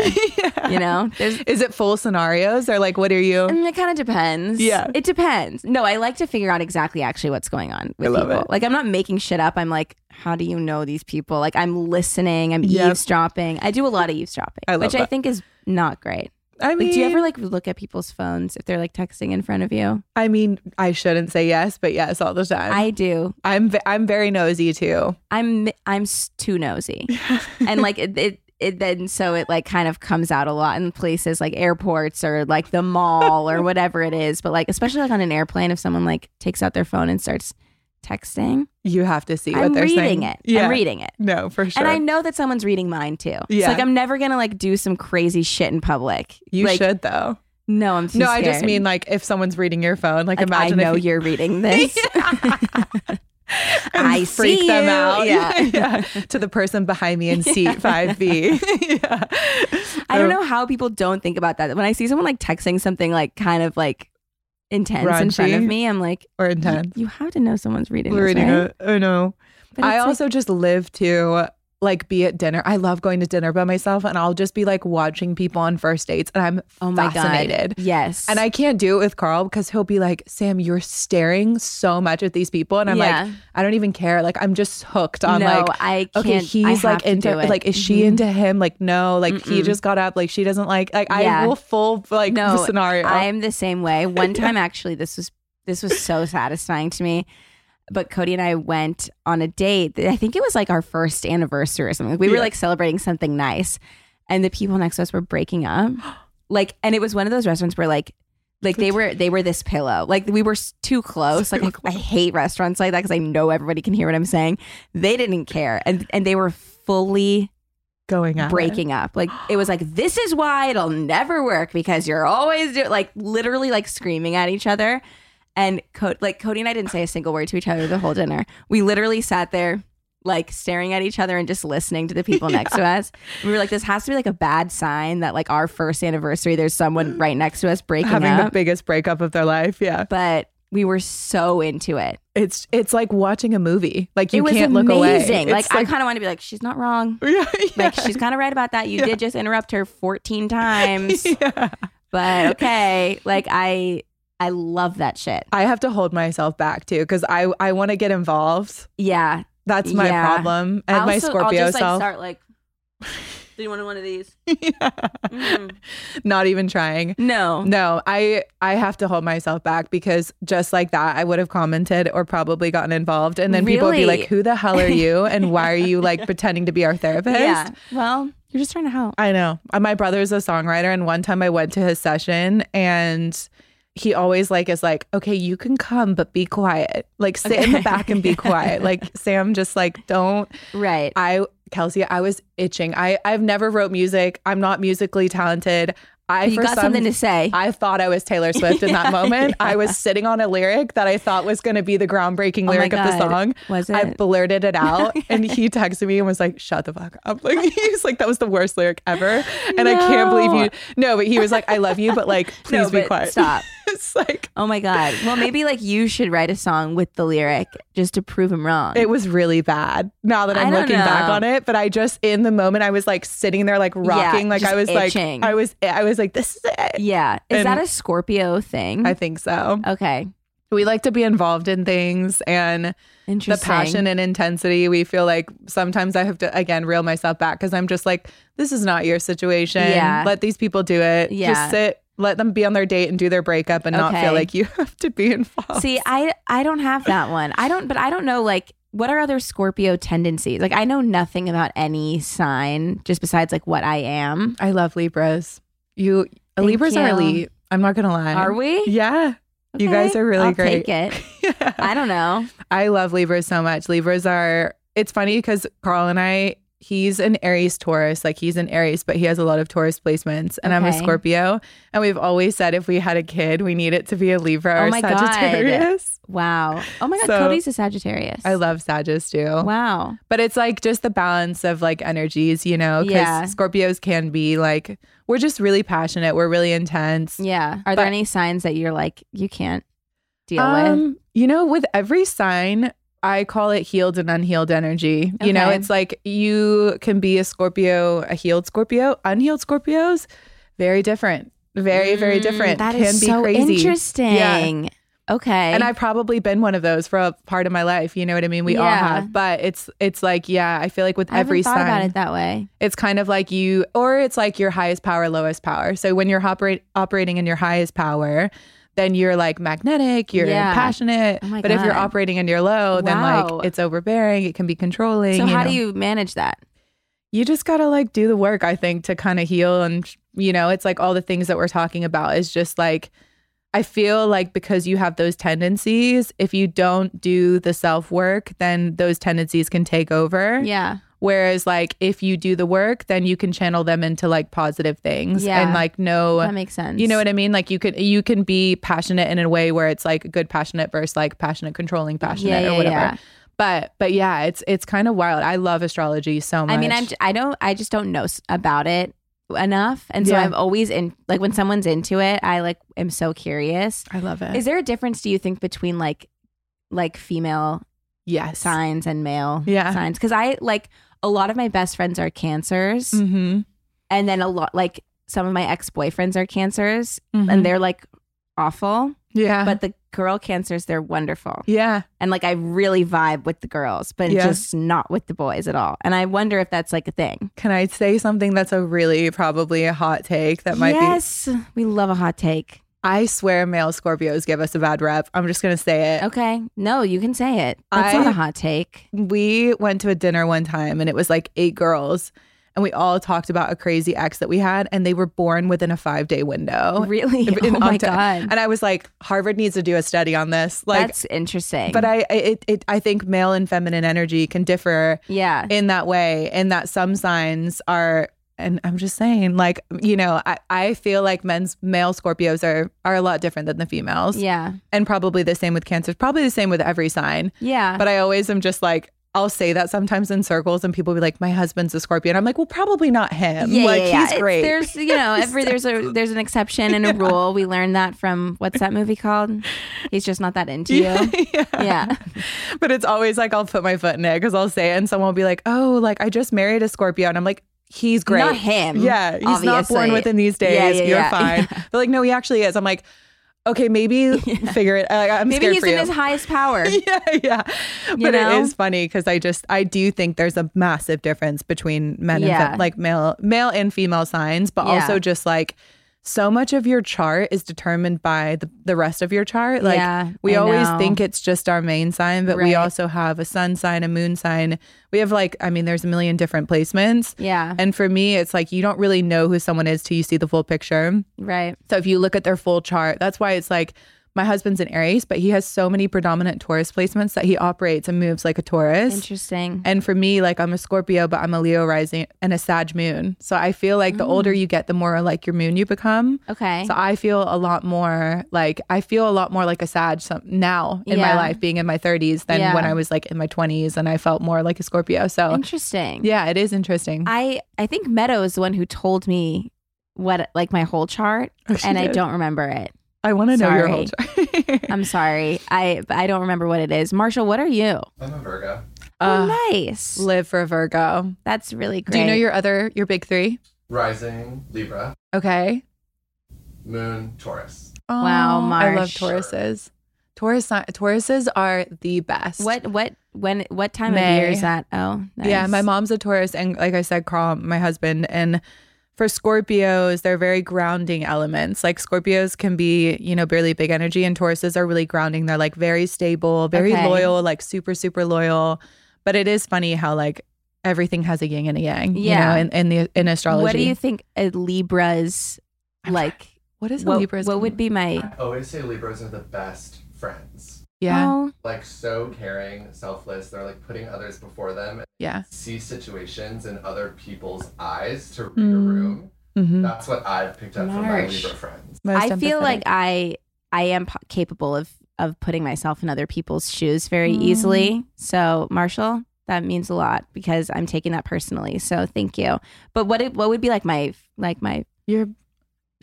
Speaker 1: You know, there's
Speaker 2: Is it full scenarios or like what are you?
Speaker 1: Mm, it kind of depends.
Speaker 2: Yeah.
Speaker 1: It depends. No, I like to figure out exactly actually what's going on with
Speaker 2: I love
Speaker 1: people.
Speaker 2: it.
Speaker 1: Like I'm not making shit up. I'm like, how do you know these people? Like I'm listening, I'm
Speaker 2: Yep.
Speaker 1: eavesdropping. I do a lot of eavesdropping,
Speaker 2: I love
Speaker 1: which I
Speaker 2: that.
Speaker 1: think is not great.
Speaker 2: I mean,
Speaker 1: Like do you ever like look at people's phones if they're like texting in front of you?
Speaker 2: I mean, I shouldn't say yes, but yes all the time.
Speaker 1: I do.
Speaker 2: I'm ve- I'm very nosy too.
Speaker 1: I'm I'm s- too nosy. and like it, it it then so it like kind of comes out a lot in places like airports or like the mall or whatever it is but like especially like on an airplane if someone like takes out their phone and starts texting
Speaker 2: you have to see what
Speaker 1: i'm
Speaker 2: they're
Speaker 1: reading
Speaker 2: saying.
Speaker 1: it
Speaker 2: Yeah.
Speaker 1: i'm reading it
Speaker 2: No, for sure.
Speaker 1: and i know that someone's reading mine too
Speaker 2: Yeah.
Speaker 1: so like i'm never gonna like do some crazy shit in public
Speaker 2: you
Speaker 1: Like,
Speaker 2: should though.
Speaker 1: no i'm too
Speaker 2: No, I just
Speaker 1: scared.
Speaker 2: mean like if someone's reading your phone, like,
Speaker 1: like,
Speaker 2: imagine
Speaker 1: i know
Speaker 2: if
Speaker 1: you're reading this
Speaker 2: and
Speaker 1: I
Speaker 2: freak
Speaker 1: see
Speaker 2: them
Speaker 1: you.
Speaker 2: out.
Speaker 1: Yeah.
Speaker 2: yeah. To the person behind me in seat five B. yeah.
Speaker 1: I don't
Speaker 2: Oh,
Speaker 1: know how people don't think about that. When I see someone like texting something like kind of like intense in front of
Speaker 2: Raunchy.
Speaker 1: me, I'm like,
Speaker 2: Or
Speaker 1: "You-
Speaker 2: intense.
Speaker 1: You have to know someone's reading.
Speaker 2: We're
Speaker 1: This,
Speaker 2: reading
Speaker 1: right?
Speaker 2: it. Oh no.
Speaker 1: But
Speaker 2: I
Speaker 1: it's like-
Speaker 2: also just live to like be at dinner. I love going to dinner by myself and I'll just be like watching people on first dates and I'm
Speaker 1: Oh my
Speaker 2: fascinated.
Speaker 1: god! Yes,
Speaker 2: And I can't do it with Carl because he'll be like, Sam, you're staring so much at these people. And I'm
Speaker 1: Yeah.
Speaker 2: like, I don't even care. Like, I'm just hooked on
Speaker 1: No,
Speaker 2: like,
Speaker 1: I
Speaker 2: okay,
Speaker 1: can't- I
Speaker 2: he's
Speaker 1: have
Speaker 2: like
Speaker 1: to
Speaker 2: into,
Speaker 1: do it.
Speaker 2: like, is she
Speaker 1: Mhm.
Speaker 2: into him? Like, no, like, he just got up. Like, she doesn't like, like, I
Speaker 1: Yeah.
Speaker 2: will full, like,
Speaker 1: no
Speaker 2: the scenario.
Speaker 1: I'm the same way. One time, actually, this was this was so satisfying to me. But Cody and I went on a date. I think it was like our first anniversary or something. Like we were
Speaker 2: Yeah.
Speaker 1: like celebrating something nice, and the people next to us were breaking up. Like, and it was one of those restaurants where like. Like they were, they were this pillow. Like we were s- too close. Like I, I hate restaurants like that because I know everybody can hear what I'm saying. They didn't care, and and they were fully
Speaker 2: going out.
Speaker 1: breaking up. Like it was like this is why it'll never work because you're always do- like literally like screaming at each other. And Co- like Cody and I didn't say a single word to each other the whole dinner. We literally sat there like staring at each other and just listening to the people next to us. And we were like, this has to be like a bad sign that like our first anniversary, there's someone right next to us breaking
Speaker 2: Having the
Speaker 1: up.
Speaker 2: biggest breakup of their life. Yeah.
Speaker 1: but we were so into it.
Speaker 2: It's, it's like watching a movie. Like,
Speaker 1: it
Speaker 2: you
Speaker 1: was
Speaker 2: can't
Speaker 1: amazing.
Speaker 2: look away.
Speaker 1: Like,
Speaker 2: It's
Speaker 1: I kind of want to be like, she's not wrong.
Speaker 2: yeah, yeah.
Speaker 1: Like she's kind of right about that. You did just interrupt her 14 times.
Speaker 2: yeah.
Speaker 1: but okay like i i love that shit
Speaker 2: I have to hold myself back too because I, I want to get involved.
Speaker 1: yeah
Speaker 2: That's my
Speaker 1: Yeah.
Speaker 2: problem. And my
Speaker 1: Also,
Speaker 2: Scorpio
Speaker 1: i'll just like
Speaker 2: self.
Speaker 1: start like do you want one of these Mm.
Speaker 2: Not even trying.
Speaker 1: no
Speaker 2: No, I I have to hold myself back because just like that, I would have commented or probably gotten involved, and then people would be
Speaker 1: Really?
Speaker 2: like, "Who the hell are you? And why are you like pretending to be our therapist?"
Speaker 1: yeah well you're just trying to help
Speaker 2: I know. Uh, My brother's a songwriter, and one time I went to his session, and he always like is like, "Okay, you can come, but be quiet. Like sit in the back and be quiet. Like Sam, just like don't."
Speaker 1: right
Speaker 2: I Kelsey, I was itching. I I've never wrote music. I'm not musically talented. I
Speaker 1: you
Speaker 2: for
Speaker 1: got
Speaker 2: some-
Speaker 1: something to say
Speaker 2: I thought I was Taylor Swift in that moment. I was sitting on a lyric that I thought was going to be the groundbreaking
Speaker 1: Oh my
Speaker 2: lyric of the
Speaker 1: God.
Speaker 2: song.
Speaker 1: Was
Speaker 2: I
Speaker 1: it?
Speaker 2: blurted it out, and he texted me and was like, "Shut the fuck up!" Like he's like, "That was the worst lyric ever," and I can't believe you. No, but he was like, "I love you," but like, please
Speaker 1: No,
Speaker 2: be
Speaker 1: but
Speaker 2: quiet.
Speaker 1: stop.
Speaker 2: it's like
Speaker 1: oh my god well maybe like you should write a song with the lyric just to prove him wrong
Speaker 2: It was really bad now that
Speaker 1: I
Speaker 2: I'm
Speaker 1: don't
Speaker 2: looking back
Speaker 1: know.
Speaker 2: on it. But I just in the moment I was like sitting there like rocking. like I
Speaker 1: just
Speaker 2: was
Speaker 1: itching.
Speaker 2: like I was I was like, this is it.
Speaker 1: yeah is
Speaker 2: And-
Speaker 1: that a scorpio thing
Speaker 2: I think so.
Speaker 1: okay
Speaker 2: We like to be involved in things and the
Speaker 1: interesting
Speaker 2: passion and intensity. We feel like sometimes I have to again reel myself back because I'm just like, this is not your situation.
Speaker 1: Yeah.
Speaker 2: Let these people do it.
Speaker 1: Yeah.
Speaker 2: Just sit, let them be on their date and do their breakup and not feel
Speaker 1: Okay.
Speaker 2: like you have to be involved.
Speaker 1: See, I I don't have that one. I don't, but I don't know like what are other Scorpio tendencies. Like I know nothing about any sign just besides like what I am.
Speaker 2: I love Libras. You
Speaker 1: Thank
Speaker 2: Libras are
Speaker 1: you.
Speaker 2: elite. I'm not gonna lie.
Speaker 1: Are we?
Speaker 2: Yeah. You guys
Speaker 1: Okay,
Speaker 2: are really
Speaker 1: I'll
Speaker 2: great.
Speaker 1: Take it. I don't know.
Speaker 2: I love Libras so much. Libras are, it's funny because Carl and I, he's an Aries Taurus. Like he's an Aries, but he has a lot of Taurus placements. And I'm a
Speaker 1: Okay.
Speaker 2: Scorpio. And we've always said if we had a kid, we need it to be a Libra
Speaker 1: Oh
Speaker 2: or
Speaker 1: my God.
Speaker 2: Sagittarius.
Speaker 1: Wow. Oh my god,
Speaker 2: So-
Speaker 1: Cody's a Sagittarius.
Speaker 2: I love Sagittarius too.
Speaker 1: Wow.
Speaker 2: But it's like just the balance of like energies, you know? Because
Speaker 1: Yeah.
Speaker 2: Scorpios can be like, we're just really passionate. We're really intense.
Speaker 1: Yeah. Are
Speaker 2: But-
Speaker 1: there any signs that you're like you can't deal with?
Speaker 2: Um, you know, with every sign, I call it healed and unhealed energy. You know,
Speaker 1: Okay.
Speaker 2: it's like you can be a Scorpio, a healed Scorpio, unhealed Scorpios, very different. Very, very different.
Speaker 1: Mm, That
Speaker 2: can
Speaker 1: is
Speaker 2: be
Speaker 1: so
Speaker 2: crazy.
Speaker 1: interesting. Okay.
Speaker 2: And I've probably been one of those for a part of my life. You know what I mean? We all
Speaker 1: Yeah.
Speaker 2: have. But it's it's like, yeah, I feel like with
Speaker 1: I haven't
Speaker 2: every
Speaker 1: thought
Speaker 2: sign,
Speaker 1: about it that way.
Speaker 2: it's kind of like you, or it's like your highest power, lowest power. So when you're operate, operating in your highest power, then you're like magnetic, you're
Speaker 1: Yeah.
Speaker 2: passionate.
Speaker 1: Oh my
Speaker 2: but if you're
Speaker 1: God.
Speaker 2: operating in your low, then
Speaker 1: Wow.
Speaker 2: like it's overbearing, it can be controlling.
Speaker 1: So how
Speaker 2: know.
Speaker 1: do you manage that?
Speaker 2: You just gotta like do the work, I think, to kind of heal. And, you know, it's like all the things that we're talking about is just like, I feel like because you have those tendencies, if you don't do the self work, then those tendencies can take over.
Speaker 1: Yeah.
Speaker 2: Whereas, like, if you do the work, then you can channel them into like positive things
Speaker 1: Yeah.
Speaker 2: and like know.
Speaker 1: That makes sense.
Speaker 2: You know what I mean? Like you can you can be passionate in a way where it's like good passionate versus like passionate controlling passionate
Speaker 1: Yeah, yeah,
Speaker 2: or whatever.
Speaker 1: yeah.
Speaker 2: But but yeah, it's it's kind of wild. I love astrology so
Speaker 1: I
Speaker 2: much.
Speaker 1: mean, I'm j- I don't I just don't know s- about it enough, and so
Speaker 2: Yeah.
Speaker 1: I'm always in like when someone's into it, I like am so curious.
Speaker 2: I love it.
Speaker 1: Is there a difference? Do you think between like like female
Speaker 2: yes.
Speaker 1: signs and male
Speaker 2: Yeah.
Speaker 1: signs? Because I like a lot of my best friends are cancers,
Speaker 2: Mm-hmm.
Speaker 1: and then a lot like some of my ex boyfriends are cancers,
Speaker 2: Mhm.
Speaker 1: and they're like awful,
Speaker 2: Yeah.
Speaker 1: but the girl cancers they're wonderful.
Speaker 2: yeah.
Speaker 1: and like I really vibe with the girls, but
Speaker 2: Yeah.
Speaker 1: just not with the boys at all. And I wonder if that's like a thing.
Speaker 2: Can I say something that's a really probably a hot take that might be
Speaker 1: yes, we love a hot take.
Speaker 2: I swear male Scorpios give us a bad rep. I'm just gonna say it.
Speaker 1: Okay, no, you can say it. That's not
Speaker 2: I-
Speaker 1: a hot take.
Speaker 2: we went to a dinner one time and it was like eight girls and we all talked about a crazy ex that we had and they were born within a five day window
Speaker 1: really?
Speaker 2: In-
Speaker 1: oh
Speaker 2: in
Speaker 1: my
Speaker 2: Octo-
Speaker 1: god,
Speaker 2: and i was like harvard needs to do a study on this like
Speaker 1: that's interesting.
Speaker 2: but i I- it, it i think male and feminine energy can differ
Speaker 1: yeah,
Speaker 2: in that way and that some signs are and i'm just saying like you know i, I feel like men's male scorpios are are a lot different than the females
Speaker 1: yeah,
Speaker 2: and probably the same with cancers probably the same with every sign
Speaker 1: yeah.
Speaker 2: but I always am just like, I'll say that sometimes in circles, and people be like, "My husband's a Scorpion." I'm like, "Well, probably not him.
Speaker 1: yeah,
Speaker 2: like,
Speaker 1: yeah, yeah.
Speaker 2: he's
Speaker 1: It's-
Speaker 2: great."
Speaker 1: There's, you know, every there's a there's an exception and a rule. We learned that from what's that movie called? He's just not that into you.
Speaker 2: yeah.
Speaker 1: Yeah.
Speaker 2: but it's always like I'll put my foot in it because I'll say it, and someone will be like, "Oh, like I just married a Scorpio," and I'm like, "He's great,
Speaker 1: Not him,
Speaker 2: Yeah, he's not
Speaker 1: obviously.
Speaker 2: born within these days.
Speaker 1: Yeah, yeah,
Speaker 2: You're
Speaker 1: yeah,
Speaker 2: fine." They're like, "No, he actually is." I'm like, "Okay, maybe figure it. I I'm
Speaker 1: Maybe
Speaker 2: scared
Speaker 1: he's
Speaker 2: for
Speaker 1: in
Speaker 2: you."
Speaker 1: his highest power.
Speaker 2: yeah, yeah. But
Speaker 1: know?
Speaker 2: it is funny because I just I do think there's a massive difference between men and
Speaker 1: Yeah.
Speaker 2: fe- like male male and female signs, but
Speaker 1: Yeah.
Speaker 2: also just like so much of your chart is determined by the, the rest of your chart. Like
Speaker 1: Yeah,
Speaker 2: we
Speaker 1: I
Speaker 2: always
Speaker 1: know.
Speaker 2: think it's just our main sign, but
Speaker 1: Right.
Speaker 2: we also have a sun sign, a moon sign. We have like I mean there's a million different placements.
Speaker 1: Yeah.
Speaker 2: And for me it's like you don't really know who someone is till you see the full picture.
Speaker 1: Right.
Speaker 2: So if you look at their full chart, that's why it's like my husband's an Aries, but he has so many predominant Taurus placements that he operates and moves like a Taurus.
Speaker 1: Interesting.
Speaker 2: And for me, like I'm a Scorpio, but I'm a Leo rising and a Sag moon. So I feel like the older you get, the more like your moon you become.
Speaker 1: Mm. Okay.
Speaker 2: So I feel a lot more like I feel a lot more like a Sag some, now in
Speaker 1: Yeah.
Speaker 2: my life, being in my 30s, than when
Speaker 1: Yeah.
Speaker 2: I was like in my 20s and I felt more like a Scorpio. So
Speaker 1: Interesting.
Speaker 2: yeah, it is interesting.
Speaker 1: I I think Meadow is the one who told me what like my whole chart,
Speaker 2: Oh, she
Speaker 1: and I
Speaker 2: did.
Speaker 1: don't remember it.
Speaker 2: I want to know your whole chart.
Speaker 1: I'm sorry. I I don't remember what it is. Marshall, what are you?
Speaker 6: I'm a Virgo.
Speaker 2: Uh,
Speaker 1: oh, nice.
Speaker 2: live for Virgo.
Speaker 1: That's really great.
Speaker 2: Do you know your other your big three?
Speaker 6: Rising Libra.
Speaker 2: Okay.
Speaker 6: Moon Taurus.
Speaker 1: Wow,
Speaker 2: Oh, I love
Speaker 1: Marsh.
Speaker 2: Tauruses. Taurus Tauruses are the best.
Speaker 1: what what when what time
Speaker 2: May.
Speaker 1: of year is that? Oh, nice.
Speaker 2: Yeah, my mom's a Taurus, and like I said, Carl, my husband, and for Scorpios, they're very grounding elements. Like Scorpios can be, you know, barely big energy, and Tauruses are really grounding. They're like very stable, very
Speaker 1: Okay.
Speaker 2: loyal, like super super loyal. But it is funny how like everything has a yin and a yang.
Speaker 1: Yeah.
Speaker 2: you know, in, in the in astrology.
Speaker 1: What do you think a Libra's like?
Speaker 2: What is a
Speaker 1: What,
Speaker 2: Libra's?
Speaker 1: what would be my?
Speaker 6: I always say Libras are the best friends.
Speaker 2: Yeah,
Speaker 1: Oh,
Speaker 6: Like so caring, selfless. They're like putting others before them.
Speaker 2: yeah.
Speaker 6: See situations in other people's eyes to read a
Speaker 2: Mm.
Speaker 6: room.
Speaker 2: Mm-hmm.
Speaker 6: That's what I've picked up from my
Speaker 1: Marsh.
Speaker 6: Libra friends.
Speaker 1: I feel like I I am po- capable of of putting myself in other people's shoes very
Speaker 2: Mm.
Speaker 1: easily. So Marshall, that means a lot because I'm taking that personally. So thank you. But what it, what would be like my like my
Speaker 2: you're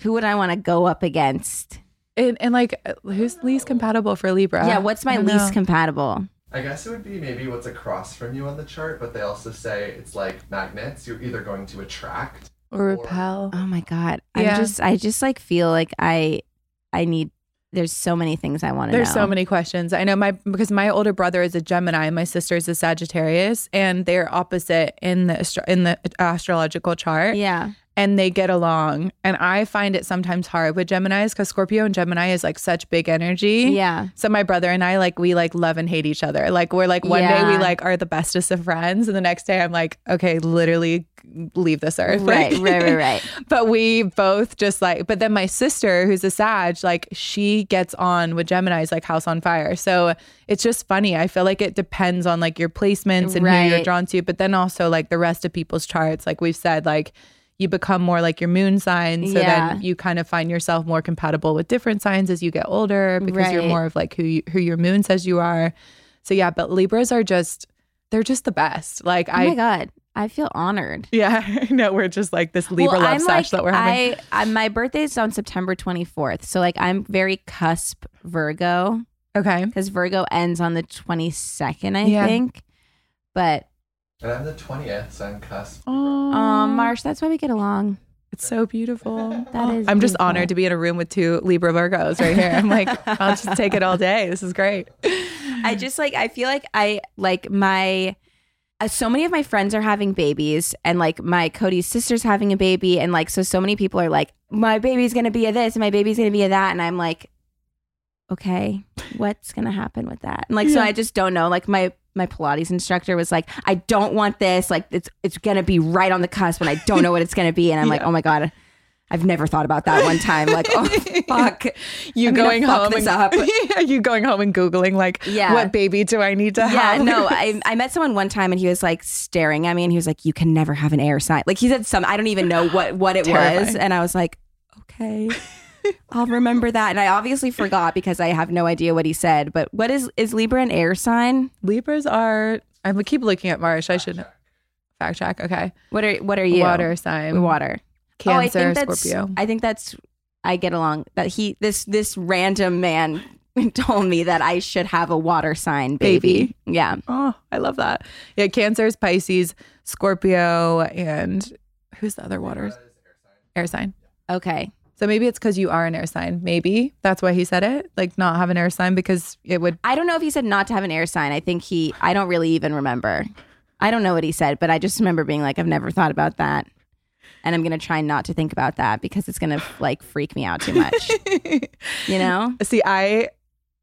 Speaker 1: who would I want to go up against?
Speaker 2: And, and like, uh, who's least compatible for Libra?
Speaker 1: Yeah, what's my
Speaker 2: I don't
Speaker 1: least
Speaker 2: know.
Speaker 1: compatible?
Speaker 6: I guess it would be maybe what's across from you on the chart, but they also say it's like magnets. You're either going to attract.
Speaker 2: or repel.
Speaker 1: Oh my god.
Speaker 2: Yeah.
Speaker 1: I'm just I just like feel like I I need there's so many things I want to know.
Speaker 2: There's so many questions. I know my because my older brother is a Gemini, my sister is a Sagittarius, and they're opposite in the astro- in the astrological chart,
Speaker 1: Yeah.
Speaker 2: and they get along. And I find it sometimes hard with Gemini's because Scorpio and Gemini is like such big energy.
Speaker 1: Yeah.
Speaker 2: So my brother and I like we like love and hate each other. Like we're like one day
Speaker 1: Yeah.
Speaker 2: we like are the bestest of friends, and the next day I'm like, okay, literally leave this earth.
Speaker 1: Right,
Speaker 2: Like-
Speaker 1: right, right, right.
Speaker 2: but we both just like but then my sister who's a sag like she gets on with gemini's like house on fire so it's just funny i feel like it depends on like your placements and who you're
Speaker 1: Right.
Speaker 2: drawn to but then also like the rest of people's charts like we've said like you become more like your moon sign so
Speaker 1: Yeah.
Speaker 2: then you kind of find yourself more compatible with different signs as you get older because you're
Speaker 1: Right.
Speaker 2: more of like who you, who your moon says you are so yeah but libras are just they're just the best like
Speaker 1: Oh my
Speaker 2: i
Speaker 1: god. I feel honored.
Speaker 2: yeah i know we're just like this libra
Speaker 1: well,
Speaker 2: love
Speaker 1: I'm
Speaker 2: sash
Speaker 1: like,
Speaker 2: that we're having
Speaker 1: I, I my birthday is on September 24th, so like I'm very cusp Virgo
Speaker 2: okay
Speaker 1: because Virgo ends on the 22nd, I
Speaker 2: Yeah.
Speaker 1: think. But
Speaker 6: And I'm the 20th, so I'm cusp.
Speaker 2: Oh,
Speaker 1: um, Marsh, that's why we get along.
Speaker 2: it's so beautiful.
Speaker 1: That is.
Speaker 2: I'm just
Speaker 1: beautiful.
Speaker 2: honored to be in a room with two Libra Virgos right here. I'm like, I'll just take it all day. This is great.
Speaker 1: I just like I feel like I like my uh, so many of my friends are having babies and like my Cody's sister's having a baby and like so so many people are like my baby's going to be a this and my baby's going to be a that and I'm like okay what's going to happen with that and like so
Speaker 2: Yeah.
Speaker 1: I just don't know like my my Pilates instructor was like I don't want this like it's it's going to be right on the cusp and I don't know what it's going to be and I'm like
Speaker 2: Yeah.
Speaker 1: oh my god I've never thought about that one time like oh fuck
Speaker 2: you
Speaker 1: I'm gonna
Speaker 2: going
Speaker 1: fuck
Speaker 2: home
Speaker 1: this
Speaker 2: and
Speaker 1: up.
Speaker 2: Yeah, you going home and googling like,
Speaker 1: Yeah.
Speaker 2: what baby do I need to
Speaker 1: yeah,
Speaker 2: have?
Speaker 1: no, I, I met someone one time and he was like staring at me and he was like, "You can never have an air sign." Like he said some, I don't even know what what it was,
Speaker 2: Terrifying.
Speaker 1: and I was like, "Okay, I'll remember that." And I obviously forgot because I have no idea what he said. But what is is Libra an air sign?
Speaker 2: Libras are. I would keep looking at Marsh. I should fact check. Okay,
Speaker 1: What are what are you?
Speaker 2: water sign,
Speaker 1: water, Oh, I
Speaker 2: Cancer,
Speaker 1: think that's,
Speaker 2: Scorpio.
Speaker 1: I think that's I get along that he this this random man told me that I should have a water sign baby. Yeah,
Speaker 2: Oh, I love that. Yeah, Cancer is Pisces, Scorpio, and who's the other water? Air sign.
Speaker 1: okay,
Speaker 2: So maybe it's because you are an air sign. Maybe that's why he said it. Like not have an air sign because it would.
Speaker 1: I don't know if he said not to have an air sign. I think he, I don't really even remember. I don't know what he said, but I just remember being like, I've never thought about that. And I'm going to try not to think about that because it's going to like freak me out too much, you know?
Speaker 2: See, I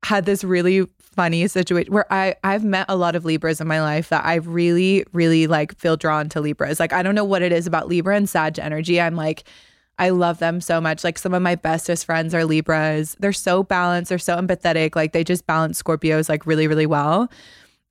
Speaker 2: had this really funny situation where I I've met a lot of Libras in my life that I really really like feel drawn to Libras. Like I don't know what it is about Libra and Sag energy. I'm like I love them so much. Like some of my bestest friends are Libras. They're so balanced, they're so empathetic. Like they just balance Scorpios like really really well.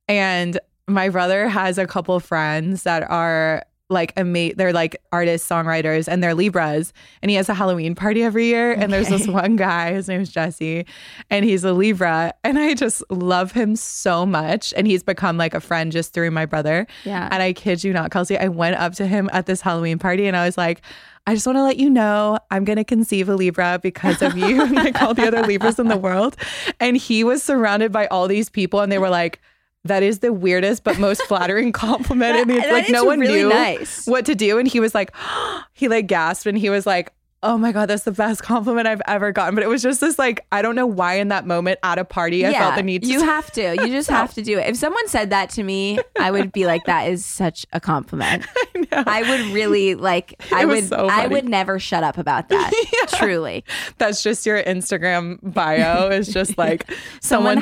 Speaker 2: And my brother has a couple friends that are like ama- they're like artists, songwriters, and they're Libras. And he has a Halloween party every year. And there's this one guy, his name's Jesse, and he's a Libra. And I just love him so much. And he's become like a friend just through my brother.
Speaker 1: Yeah.
Speaker 2: And I kid you not, Kelsey, I went up to him at this Halloween party and I was like, I just want to let you know I'm going to conceive a Libra because of you and like all the other Libras in the world. And he was surrounded by all these people and they were like, that is the weirdest but most flattering compliment. and it's
Speaker 1: That
Speaker 2: like no
Speaker 1: is
Speaker 2: one
Speaker 1: really
Speaker 2: knew
Speaker 1: nice.
Speaker 2: what to do. And he was like, he like gasped and he was like, oh my God, that's the best compliment I've ever gotten. But it was just this like, I don't know why in that moment at a party I felt the need to
Speaker 1: You
Speaker 2: say-
Speaker 1: have to. You just have to do it. If someone said that to me, I would be like, that is such a compliment. I, would really like, I
Speaker 2: was
Speaker 1: would,
Speaker 2: so
Speaker 1: I
Speaker 2: funny.
Speaker 1: would never shut up about that. Truly.
Speaker 2: That's just your Instagram bio. Is just like someone,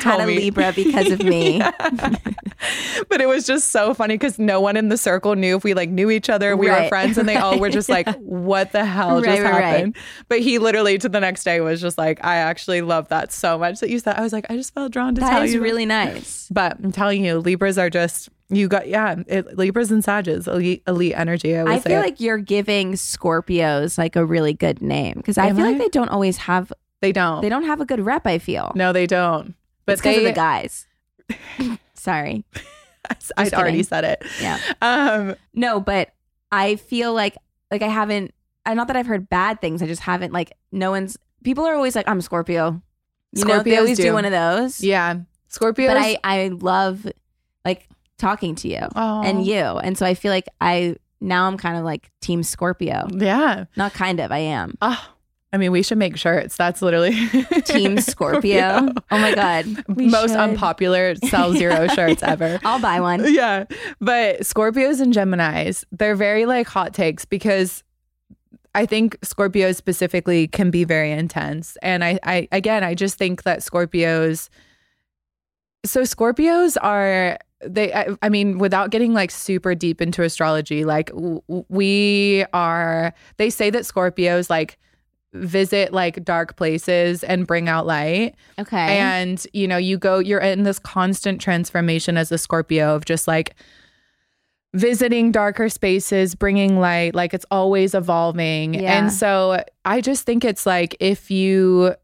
Speaker 1: Someone, had
Speaker 2: told
Speaker 1: a
Speaker 2: me.
Speaker 1: Libra because of me.
Speaker 2: But it was just so funny because no one in the circle knew if we like knew each other, we were
Speaker 1: Right,
Speaker 2: friends, and they all were
Speaker 1: right.
Speaker 2: just like, "What the hell just
Speaker 1: Right, right, right.
Speaker 2: happened?" But he literally to the next day was just like, "I actually love that so much that you said." I was like, "I just felt drawn to tell
Speaker 1: That is
Speaker 2: you."
Speaker 1: really nice.
Speaker 2: but I'm telling you, Libras are just you got yeah, it, Libras and Sages, elite, elite energy. I, would
Speaker 1: I
Speaker 2: say
Speaker 1: feel
Speaker 2: it.
Speaker 1: like you're giving Scorpios like a really good name because I
Speaker 2: Am
Speaker 1: feel
Speaker 2: I?
Speaker 1: like they don't always have
Speaker 2: they don't.
Speaker 1: they don't have a good rep. I feel
Speaker 2: No, they don't. But
Speaker 1: it's because
Speaker 2: they,
Speaker 1: of the guys. Sorry,
Speaker 2: I'd already
Speaker 1: kidding.
Speaker 2: said it.
Speaker 1: yeah,
Speaker 2: Um,
Speaker 1: no, but I feel like like I haven't. uh, Not that I've heard bad things. I just haven't like no one's. People are always like I'm a Scorpio. You know, they
Speaker 2: Scorpios
Speaker 1: always do.
Speaker 2: do.
Speaker 1: one of those.
Speaker 2: Yeah. Scorpios.
Speaker 1: but I, I love like talking to you
Speaker 2: oh,
Speaker 1: and you. And so I feel like I now I'm kind of like team Scorpio.
Speaker 2: yeah.
Speaker 1: Not kind of, I am.
Speaker 2: Oh, I mean, we should make shirts. That's literally
Speaker 1: Ah. Team Scorpio. Oh my God. We
Speaker 2: Most
Speaker 1: should.
Speaker 2: unpopular sell zero shirts ever.
Speaker 1: I'll buy one.
Speaker 2: Yeah. But Scorpios and Geminis, they're very like hot takes because I think Scorpios specifically can be very intense. And I, I again, I just think that Scorpios, so Scorpios are, they, I, I mean, without getting like super deep into astrology, like w- w- we are, they say that Scorpios like visit like dark places and bring out light.
Speaker 1: Okay.
Speaker 2: And, you know, you go, you're in this constant transformation as a Scorpio of just like visiting darker spaces, bringing light, like it's always evolving.
Speaker 1: Yeah.
Speaker 2: And so I just think it's like if you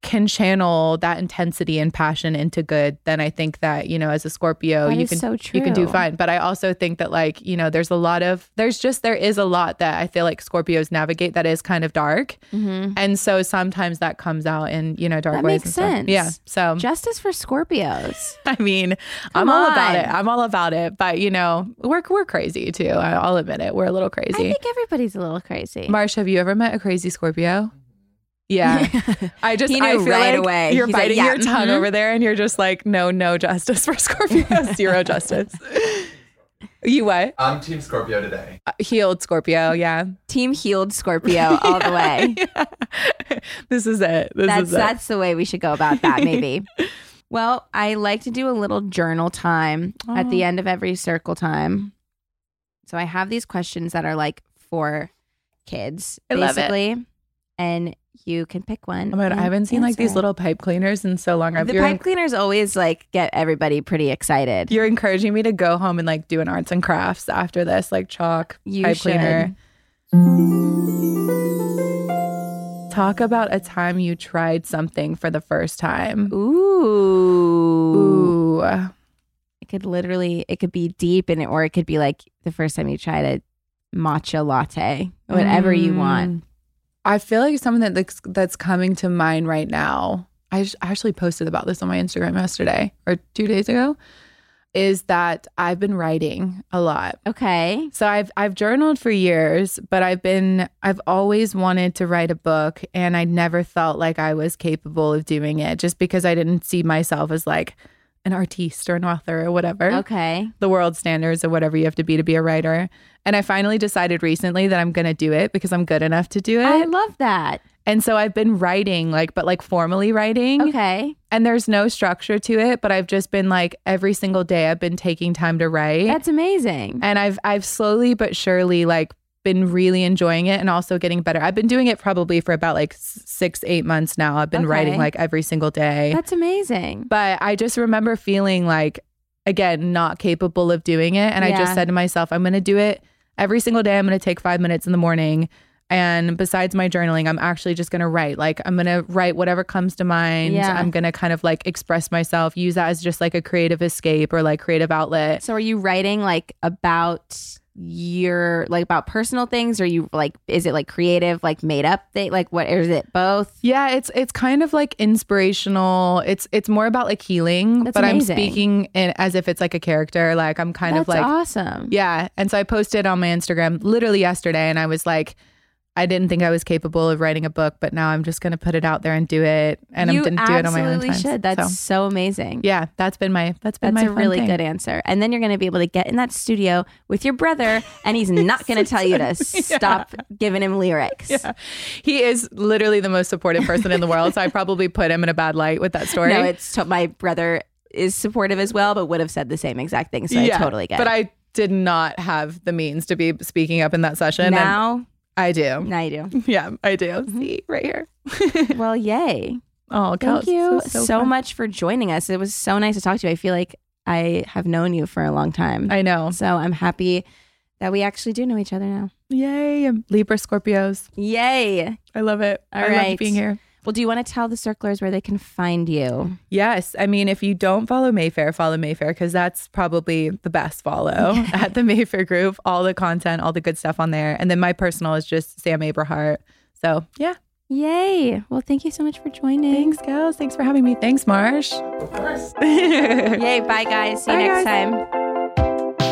Speaker 2: can channel that intensity and passion into good, then I think that, you know, as a Scorpio,
Speaker 1: That
Speaker 2: you
Speaker 1: is
Speaker 2: can
Speaker 1: so
Speaker 2: you can do
Speaker 1: true.
Speaker 2: fine. But I also think that like, you know, there's a lot of there's just there is a lot that I feel like Scorpios navigate that is kind of dark.
Speaker 1: Mhm.
Speaker 2: And so sometimes that comes out in, you know, dark
Speaker 1: That
Speaker 2: ways.
Speaker 1: makes
Speaker 2: and stuff. Yeah.
Speaker 1: sense.
Speaker 2: So
Speaker 1: Justice for Scorpios.
Speaker 2: I mean,
Speaker 1: Come
Speaker 2: I'm all about
Speaker 1: on.
Speaker 2: it. I'm all about it. But you know, we're we're crazy too. I- I'll admit it. We're a little
Speaker 1: I
Speaker 2: crazy.
Speaker 1: think everybody's a little crazy.
Speaker 2: Marsh, have you ever met a crazy Scorpio? Yeah. I just
Speaker 1: He knew
Speaker 2: I feel
Speaker 1: right
Speaker 2: like
Speaker 1: away.
Speaker 2: You're
Speaker 1: He's like,
Speaker 2: biting
Speaker 1: "Yeah,
Speaker 2: your tongue
Speaker 1: mhm."
Speaker 2: over there and you're just like, no, no justice for Scorpio. Zero justice. you what?
Speaker 6: I'm Team Scorpio today.
Speaker 2: Uh, Healed Scorpio, yeah.
Speaker 1: Team healed Scorpio all the way.
Speaker 2: this is it. This
Speaker 1: that's
Speaker 2: is it.
Speaker 1: that's the way we should go about that maybe well i like to do a little journal time at the
Speaker 2: Oh.
Speaker 1: end of every circle time so i have these questions that are like for kids
Speaker 2: I love it.
Speaker 1: basically and you can pick one
Speaker 2: Oh my god,
Speaker 1: and
Speaker 2: I haven't seen like
Speaker 1: answer
Speaker 2: these
Speaker 1: it.
Speaker 2: little pipe cleaners in so long. I've
Speaker 1: the
Speaker 2: you're,
Speaker 1: pipe cleaners always like get everybody pretty excited
Speaker 2: you're encouraging me to go home and like do an arts and crafts after this, like chalk,
Speaker 1: You
Speaker 2: pipe
Speaker 1: should.
Speaker 2: cleaner. Talk about a time you tried something for the first time.
Speaker 1: ooh
Speaker 2: Ooh.
Speaker 1: it could literally it could be deep and it or it could be like the first time you tried a matcha latte whatever you want
Speaker 2: Mm. I feel like something that's that's coming to mind right now. I sh- I actually posted about this on my Instagram yesterday or two days ago. Is that I've been writing a lot.
Speaker 1: okay
Speaker 2: So I've I've journaled for years, but I've been I've always wanted to write a book and I never felt like I was capable of doing it just because I didn't see myself as like an artiste or an author or whatever.
Speaker 1: okay
Speaker 2: The world standards or whatever you have to be to be a writer. And I finally decided recently that I'm going to do it because I'm good enough to do it.
Speaker 1: I love that.
Speaker 2: and so I've been writing like but like formally writing
Speaker 1: Okay.
Speaker 2: and there's no structure to it, but I've just been like every single day I've been taking time to write
Speaker 1: That's amazing.
Speaker 2: and I've I've slowly but surely like been really enjoying it and also getting better. I've been doing it probably for about like s- six eight months now. I've been
Speaker 1: Okay.
Speaker 2: writing like every single day,
Speaker 1: That's amazing.
Speaker 2: but I just remember feeling like again not capable of doing it, and I
Speaker 1: Yeah.
Speaker 2: just said to myself, I'm going to do it every single day. I'm going to take five minutes in the morning. And besides my journaling, I'm actually just gonna write. Like, I'm gonna write whatever comes to mind.
Speaker 1: Yeah.
Speaker 2: I'm gonna kind of like express myself, use that as just like a creative escape or like creative outlet.
Speaker 1: So are you writing like about your like about personal things? Or you like is it like creative, like made up thing? Like what or is it both?
Speaker 2: Yeah, it's it's kind of like inspirational. It's it's more about like healing,
Speaker 1: That's
Speaker 2: but
Speaker 1: amazing.
Speaker 2: I'm speaking in, as if it's like a character. Like I'm kind
Speaker 1: That's
Speaker 2: of like
Speaker 1: awesome.
Speaker 2: yeah. And so I posted on my Instagram literally yesterday, and I was like, I didn't think I was capable of writing a book, but now I'm just gonna put it out there and do it. And
Speaker 1: you
Speaker 2: I'm gonna do it on my own
Speaker 1: absolutely
Speaker 2: time.
Speaker 1: should. That's so,
Speaker 2: so,
Speaker 1: amazing.
Speaker 2: yeah. That's been my that's been
Speaker 1: That's
Speaker 2: my
Speaker 1: a
Speaker 2: fun
Speaker 1: really
Speaker 2: thing.
Speaker 1: good answer. And then you're going to be able to get in that studio with your brother, and he's not going to tell you to stop giving him lyrics.
Speaker 2: He is literally the most supportive person in the world, so I probably put him in a bad light with that story.
Speaker 1: No, it's to- my brother is supportive as well, but would have said the same exact thing. So I totally get
Speaker 2: But
Speaker 1: it.
Speaker 2: I did not have the means to be speaking up in that session. and
Speaker 1: now,
Speaker 2: I do.
Speaker 1: now you do.
Speaker 2: Yeah, I do. See, right here.
Speaker 1: Well, yay.
Speaker 2: Oh,
Speaker 1: Thank you so,
Speaker 2: much.
Speaker 1: much for joining us. It was so nice to talk to you. I feel like I have known you for a long time.
Speaker 2: I know.
Speaker 1: so I'm happy that we actually do know each other now.
Speaker 2: Yay. Libra Scorpios.
Speaker 1: Yay.
Speaker 2: I love it.
Speaker 1: All
Speaker 2: I
Speaker 1: right.
Speaker 2: love being here.
Speaker 1: Well, do you want to tell the circlers where they can find you?
Speaker 2: Yes. I mean, if you don't follow Mayfair, follow Mayfair because that's probably the best follow at the Mayfair group. All the content, all the good stuff on there. And then my personal is just Sam Aberhart. So, yeah.
Speaker 7: Yay. Well, thank you so much for joining.
Speaker 2: Thanks, gals. Thanks for having me. Thanks, Marsh.
Speaker 8: Of course.
Speaker 7: Yay. Bye, guys. See
Speaker 2: Bye,
Speaker 7: you next
Speaker 2: guys.
Speaker 7: time.